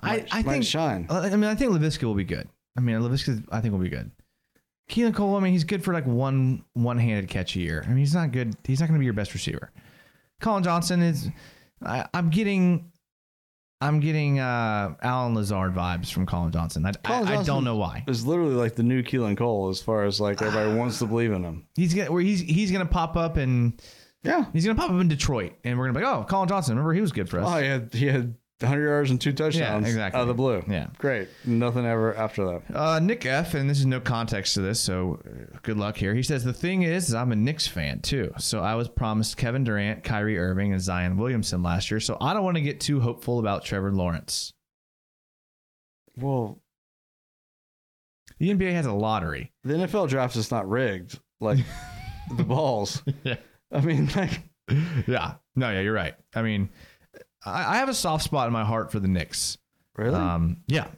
I,
might,
I
might
think. Oh,
shine.
I mean, I think Lavisca will be good. I mean, Lavisca, I think will be good. Keelan Cole, I mean, he's good for like one one-handed catch a year. I mean, he's not good. He's not going to be your best receiver. Colin Johnson is. I, I'm getting, I'm getting uh, Alan Lazard vibes from Colin Johnson. I, I,
Colin
I
Johnson-
don't know why.
It's literally like the new Keelan Cole as far as like everybody wants to believe in him.
He's gonna where he's he's gonna pop up and
Yeah.
he's gonna pop up in Detroit, and we're gonna be like, oh, Colin Johnson. Remember he was good for us.
Oh, he had he had 100 yards and two touchdowns
exactly.
out of the blue.
Yeah.
Great. Nothing ever after that.
Uh, Nick F, and this is no context to this, so uh, good luck here. He says the thing is, is I'm a Knicks fan too, so I was promised Kevin Durant, Kyrie Irving, and Zion Williamson last year, so I don't want to get too hopeful about Trevor Lawrence.
Well,
The NBA has a lottery.
the NFL draft is not rigged like the balls.
Yeah.
I mean, like,
Yeah, no, yeah, you're right. I mean, I, I have a soft spot in my heart for the Knicks.
really?
Um, yeah,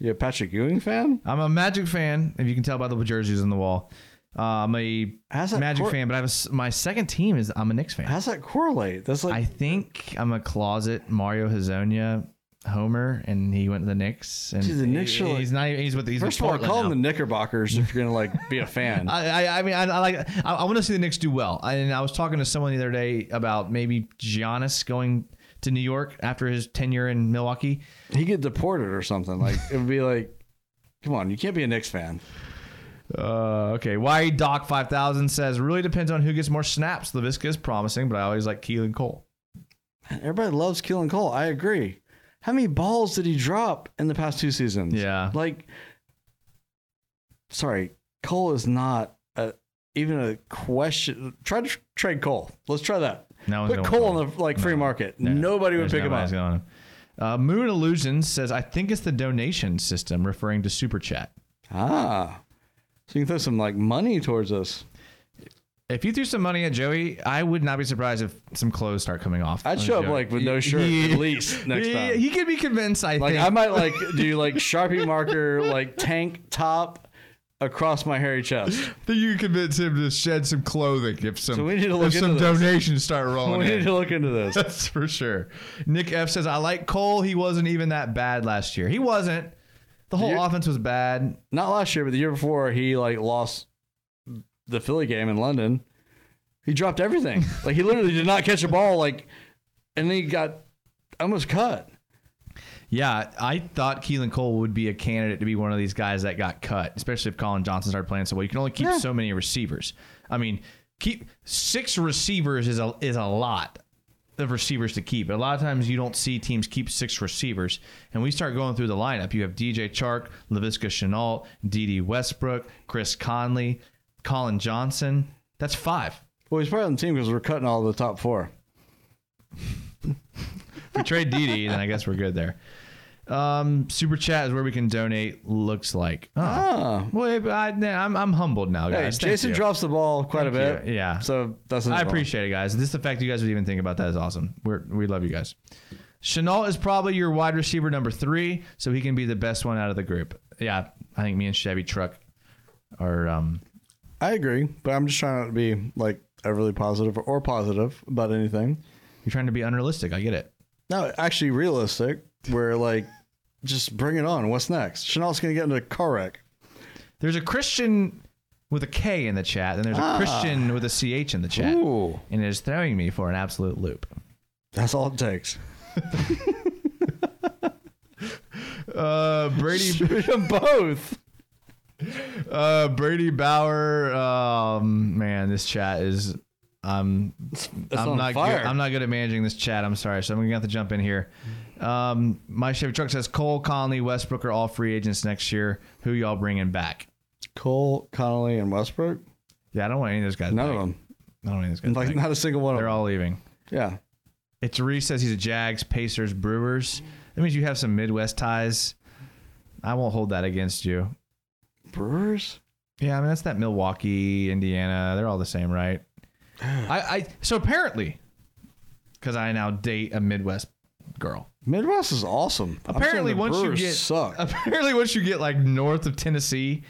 you a Patrick Ewing fan?
I'm a Magic fan, if you can tell by the jerseys on the wall. Uh, I'm a
How's that
Magic
cor-
fan, but I have a s my second team is I'm a Knicks fan.
How's that correlate? That's like,
I think I'm a closet Mario Hazonia homer, and he went to the Knicks. And
Dude, the Knicks
he-
are like-
he's not. even- He's with. He's
first of
with
all,
Portland
call them
now.
the Knickerbockers if you're going to, like, be a fan.
I, I, I mean, I, I like. I, I want to see the Knicks do well. I, and I was talking to someone the other day about maybe Giannis going to New York after his tenure in Milwaukee.
He'd get deported or something. Like, it would be like, come on, you can't be a Knicks fan.
Uh, okay. Why Doc Five Thousand says really depends on who gets more snaps. LaVisca is promising, but I always like Keelan Cole.
Everybody loves Keelan Cole. I agree. How many balls did he drop in the past two seasons?
Yeah.
Like, sorry, Cole is not a, even a question. Try to tr- trade Cole. Let's try that.
No one's
Put
going
Cole on the like free market. Nobody would
There's
pick him up.
nobody's going. Uh, Moon Illusions says, I think it's the donation system referring to Super Chat.
Ah, so you can throw some like money towards us.
If you threw some money at Joey, I would not be surprised if some clothes start coming off.
I'd
on
show up
Joey.
like with no shirt
He-
at least next
he,
time.
He could be convinced, I
Like
think.
I might like do like Sharpie marker like tank top across my hairy chest.
that you convince him to shed some clothing if some,
So we need to look
if some
into this.
donations start
We
rolling
need
in.
to look into this.
That's for sure. Nick F says, I like Cole. He wasn't even that bad last year. He wasn't. The whole
You're-
offense was bad.
Not last year, but the year before, he like lost the Philly game in London. He dropped everything. like he literally did not catch a ball. Like, and then he got almost cut.
Yeah, I thought Keelan Cole would be a candidate to be one of these guys that got cut, especially if Colin Johnson started playing so well. You can only keep
Yeah.
so many receivers. I mean, keep six receivers is a is a lot of receivers to keep. A lot of times you don't see teams keep six receivers. And we start going through the lineup. You have DJ Chark, LaVisca Chenault, DD Westbrook, Chris Conley, Colin Johnson. That's five.
Well, he's probably on the team because we're cutting all the top four.
If we trade DD, then I guess we're good there. Um, super chat is where we can donate. Looks like. Oh.
Ah,
Well, I, I'm, I'm humbled now,
hey,
guys. Thank
Jason
you.
drops the ball quite a
Thank
bit.
you. Yeah.
so that's
I appreciate it, guys. This the fact you guys would even think about that is awesome. We're, we love you guys. Chenault is probably your wide receiver number three, so he can be the best one out of the group. Yeah, I think me and Chevy Truck are. Um,
I agree, but I'm just trying not to be like overly positive or positive about anything.
you're trying to be unrealistic. I get it.
No, actually, realistic. Where like, just bring it on. What's next? Chenault's gonna get into a car wreck.
There's a Christian with a K in the chat, and there's a Christian with a CH in the chat,
Ah. Ooh.
and it is throwing me for an absolute loop.
That's all it takes.
Uh, Brady.
Shoot 'em both.
Uh, Brady Bauer. Um, man, this chat is. Um, I'm
on
not.
fire.
Good, I'm not good at managing this chat. I'm sorry, so I'm gonna have to jump in here. Um, my Chevy truck says Cole Conley, Westbrook are all free agents next year. Who y'all bringing back?
Cole, Connolly, and Westbrook.
Yeah, I don't want any of those guys.
None
back.
of them.
I don't want any of those guys.
Like
back.
not a single one of
They're
them.
all leaving.
yeah.
It's Reese says he's a Jags, Pacers, Brewers. That means you have some Midwest ties. I won't hold that against you.
Brewers.
Yeah, I mean that's that Milwaukee, Indiana. They're all the same, right? I, I so apparently, because I now date a Midwest girl.
Midwest is awesome. I'm saying
Apparently,
the
once you
Brewers
get
suck.
apparently once you get like north of Tennessee,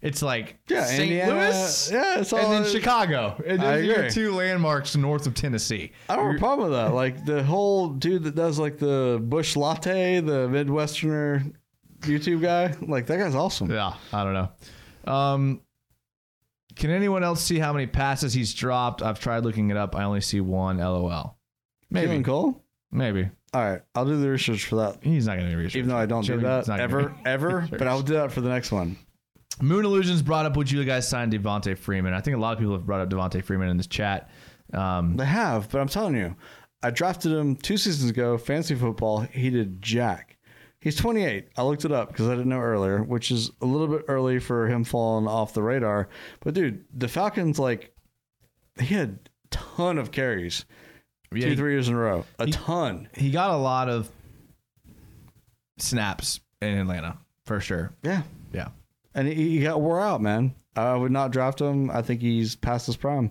it's like
Yeah,
St.
Indiana-
Louis,
yeah, it's all-
and then Chicago, and
I
those are your
agree.
two landmarks north of Tennessee.
I don't have a problem with that. Like the whole dude that does like the Bush Latte, the Midwesterner YouTube guy. Like that guy's awesome.
Yeah, I don't know. Um, can anyone else see how many passes he's dropped? I've tried looking it up. I only see one. LOL. Maybe,
Keelan Cole.
maybe
All right, I'll do the research for that.
he's not going to research.
Even though I don't do
Jimmy-
that
he's not gonna
ever,
do
ever,
research.
but I'll do that for the next one.
Moon Illusions brought up would you guys sign Devonte Freeman? I think a lot of people have brought up Devonte Freeman in this chat. Um,
They have, but I'm telling you, I drafted him two seasons ago, fantasy football. He did jack. He's 28. I looked it up because I didn't know earlier, which is a little bit early for him falling off the radar. But dude, the Falcons like he had a ton of carries
Yeah,
two,
he-
three years in a row, a ton.
he got a lot of snaps in Atlanta for sure.
Yeah,
Yeah.
and he, he got wore out, man. I would not draft him. I think he's past his prime.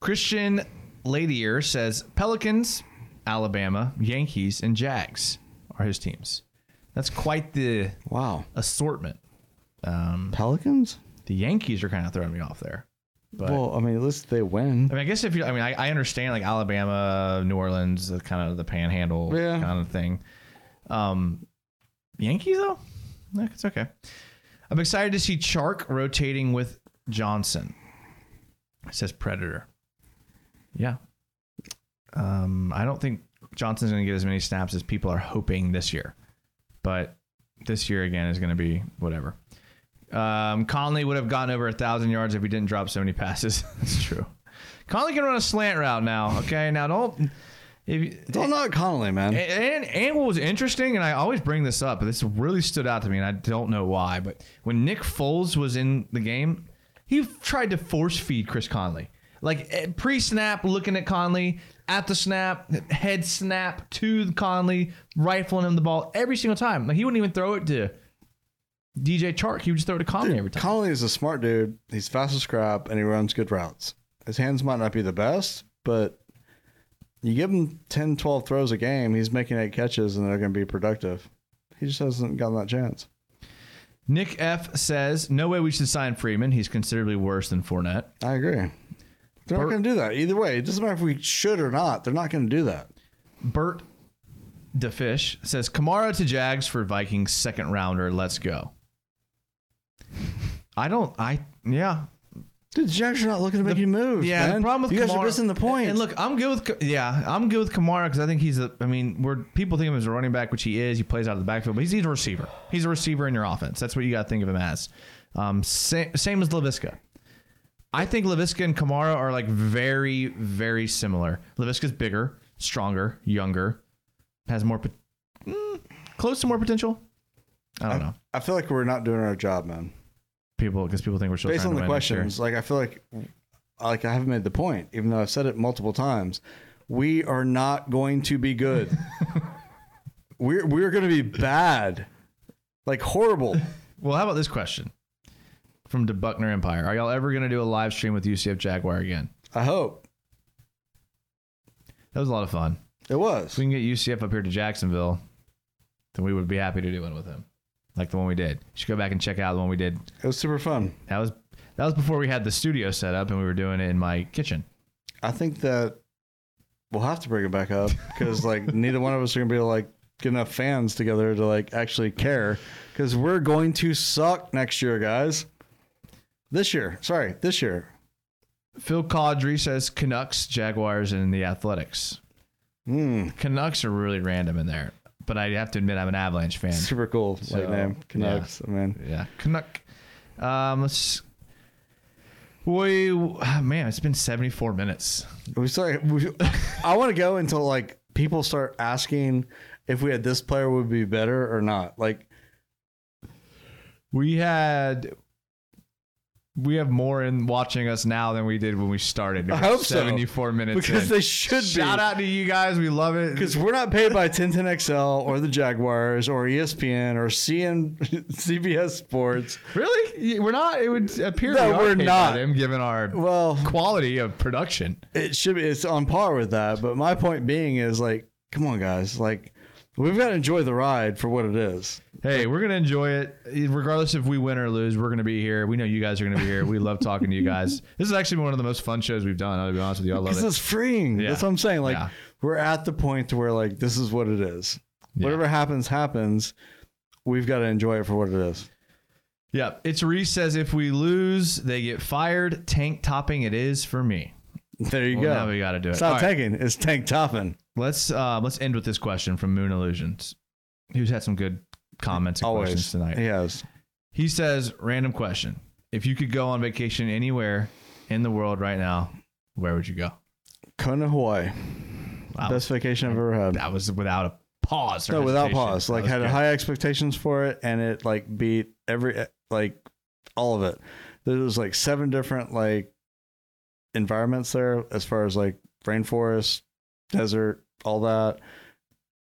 Christian Ladier says Pelicans, Alabama, Yankees, and Jags are his teams. That's quite the
Wow,
assortment. Um,
Pelicans.
the Yankees are kind of throwing me off there. But
well, I mean, at least they win.
I mean, I guess if you, I mean, I, I understand like Alabama, New Orleans, the kind of the panhandle
Yeah.
kind of thing. Um, Yankees though, no, it's okay. I'm excited to see Chark rotating with Johnson. It says Predator. Yeah. Um, I don't think Johnson's going to get as many snaps as people are hoping this year, but this year again is going to be whatever. Um, Conley would have gotten over a thousand yards if he didn't drop so many passes. That's true. Conley can run a slant route now. Okay, now don't. If you,
Don't knock Connolly, man.
and, and what was interesting, and I always bring this up, but this really stood out to me, and I don't know why, but when Nick Foles was in the game, he tried to force feed Chris Conley. Like pre snap, looking at Conley, at the snap, head snap to Conley, rifling him the ball every single time. Like he wouldn't even throw it to DJ Chark. He would just throw it to Conley every time.
Connolly is a smart dude. He's fast as crap, and he runs good routes. His hands might not be the best, but you give him 10, 12 throws a game, he's making eight catches, and they're going to be productive. He just hasn't gotten that chance.
Nick F says, No way we should sign Freeman. He's considerably worse than Fournette.
I agree. They're not
Bert-
going to do that either way. It doesn't matter if we should or not. They're not going to do that.
Bert DeFish says Kamara to Jags for Vikings second rounder. Let's go. I don't. I yeah
Dude, the Jags are not looking to make you move.
yeah.
man.
The problem with
you guys
Kamara-
are missing the point.
And look, I'm good with Ka- yeah. I'm good with Kamara because I think he's a. I mean, we're people think of him as a running back, which he is. He plays out of the backfield, but he's, he's a receiver. He's a receiver in your offense. That's what you got to think of him as. Um, same, same as Lavisca. I think Lavisca and Kamara are like very, very similar. Lavisca's bigger, stronger, younger, has more, pot- mm, close to more potential. I don't know.
I feel like we're not doing our job, man.
People, because people think we're still
Based
trying
on
to
the
win this year.
questions, like I feel like, like I haven't made the point, even though I've said it multiple times. We are not going to be good. we're we're going to be bad, like horrible.
Well, how about this question from DeBuckner Empire? Are y'all ever going to do a live stream with UCF Jaguar again?
I hope
That was a lot of fun.
it was.
If we can get UCF up here to Jacksonville, then we would be happy to do one with him, like the one we did. You should go back and check out the one we did.
It was super fun.
That was that was before we had the studio set up and we were doing it in my kitchen.
I think that we'll have to bring it back up because like neither one of us are going to be like good enough fans together to like actually care because we're going to suck next year, guys. This year, sorry, this year.
Phil Caudry says Canucks, Jaguars, and the Athletics.
Hmm.
Canucks are really random in there, but I have to admit I'm an Avalanche fan.
Super cool
So,
like name. Canucks. I mean,
Yeah, Canuck. Um, let's. We man, it's been 74 minutes.
we start, we, I want to go until like people start asking if we had this player would be better or not. Like
we had we have more in watching us now than we did when we started.
I
We're
hope so.
74 minutes
because
in.
they should
Shout
be.
out to you guys. We love it.
Because we're not paid by 1010XL or the Jaguars or E ESPN or CN, CBS Sports.
really, we're not. It would appear
No,
we are
we're
paid by
not.
them, given our
Well,
quality of production.
it should be. It's on par with that. But my point being is like, come on, guys. Like, we've got to enjoy the ride for what it is.
Hey, we're gonna enjoy it, regardless if we win or lose. We're gonna be here. We know you guys are gonna be here. We love talking to you guys. This is actually one of the most fun shows we've done. I'll be honest with you. I love
Because
it.
it's freeing.
Yeah.
That's what I'm saying. Like
Yeah.
we're at the point to where like this is what it is.
Yeah.
Whatever happens, happens. We've got to enjoy it for what it is.
Yep. It's Reese says if we lose, they get fired. Tank topping it is for me.
There you
Well,
go.
now we gotta do it.
It's
All
not
right.
tanking. It's tank topping.
Let's uh, let's end with this question from Moon Illusions, who's had some good comments and
Always.
questions tonight.
Yes.
He says, random question: If you could go on vacation anywhere in the world right now, where would you go?
Kona, Hawaii.
Wow.
Best vacation I've ever had.
that was without a pause. Or
No, without
hesitation.
pause.
That
Like
was
had
good.
high expectations for it, and it like beat every like all of it. There was like seven different like environments there, as far as like rainforest, desert, all that.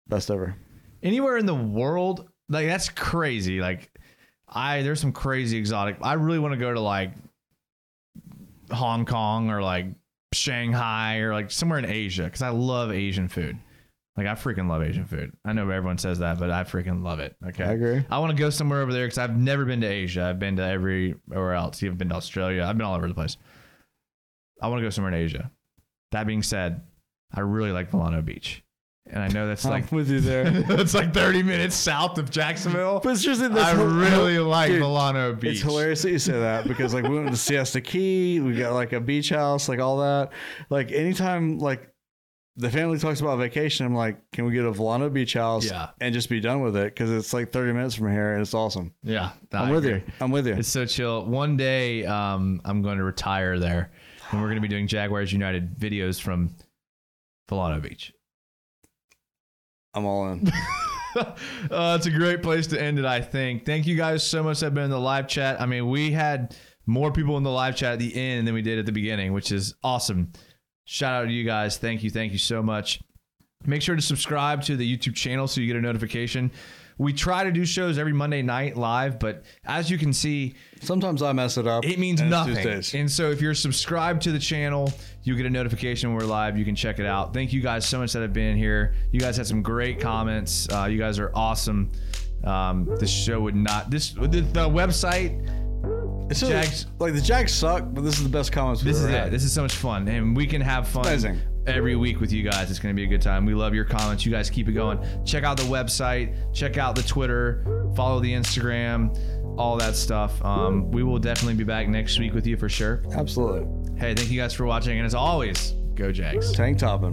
Best ever.
anywhere in the world. Like that's crazy. Like I there's some crazy exotic. I really want to go to like Hong Kong or like Shanghai or like somewhere in Asia because I love Asian food. Like I freaking love Asian food. I know everyone says that, but I freaking love it. Okay,
I agree.
I want to go somewhere over there because I've never been to Asia. I've been to everywhere else. You've been to Australia. I've been all over the place. I want to go somewhere in Asia. That being said, I really like Volcano Beach, and I know that's like
I'm with you there.
it's like 30 minutes south of Jacksonville.
but it's just in this
I
whole-
really like
Dude,
Milano Beach.
It's hilarious that you say that because like we went to Siesta Key, we got like a beach house, like all that. Like anytime like the family talks about vacation, I'm like, can we get a Volano beach house
Yeah.
and just be done with it? Because it's like 30 minutes from here and it's awesome.
Yeah,
I'm
I
with
agree.
you. I'm with you.
It's so chill. One day, um, I'm going to retire there, and we're going to be doing Jaguars United videos from Volcano Beach.
I'm all in.
uh, it's a great place to end it, I think. Thank you guys so much that have been in the live chat. I mean, we had more people in the live chat at the end than we did at the beginning, which is awesome. Shout out to you guys. Thank you. Thank you so much. Make sure to subscribe to the YouTube channel so you get a notification. We try to do shows every Monday night live, but as you can see,
Sometimes I mess it up.
it means
and it's
nothing.
Tuesdays.
And so if you're subscribed to the channel, you get a notification when we're live. You can check it out. Thank you guys so much that have been here. You guys had some great comments. Uh, you guys are awesome. Um, this show would not this the, the website.
It's just,
Jags-
like the Jags suck, but this is the best comments. We've
This is
ever
it.
had.
This is so much fun, and we can have fun
Amazing.
every week with you guys. It's going to be a good time. We love your comments. You guys keep it going. Check out the website. Check out the Twitter. Follow the Instagram. All that stuff. Um, we will definitely be back next week with you for sure.
Absolutely.
Hey, thank you guys for watching. And as always, go Jags.
Tank topping.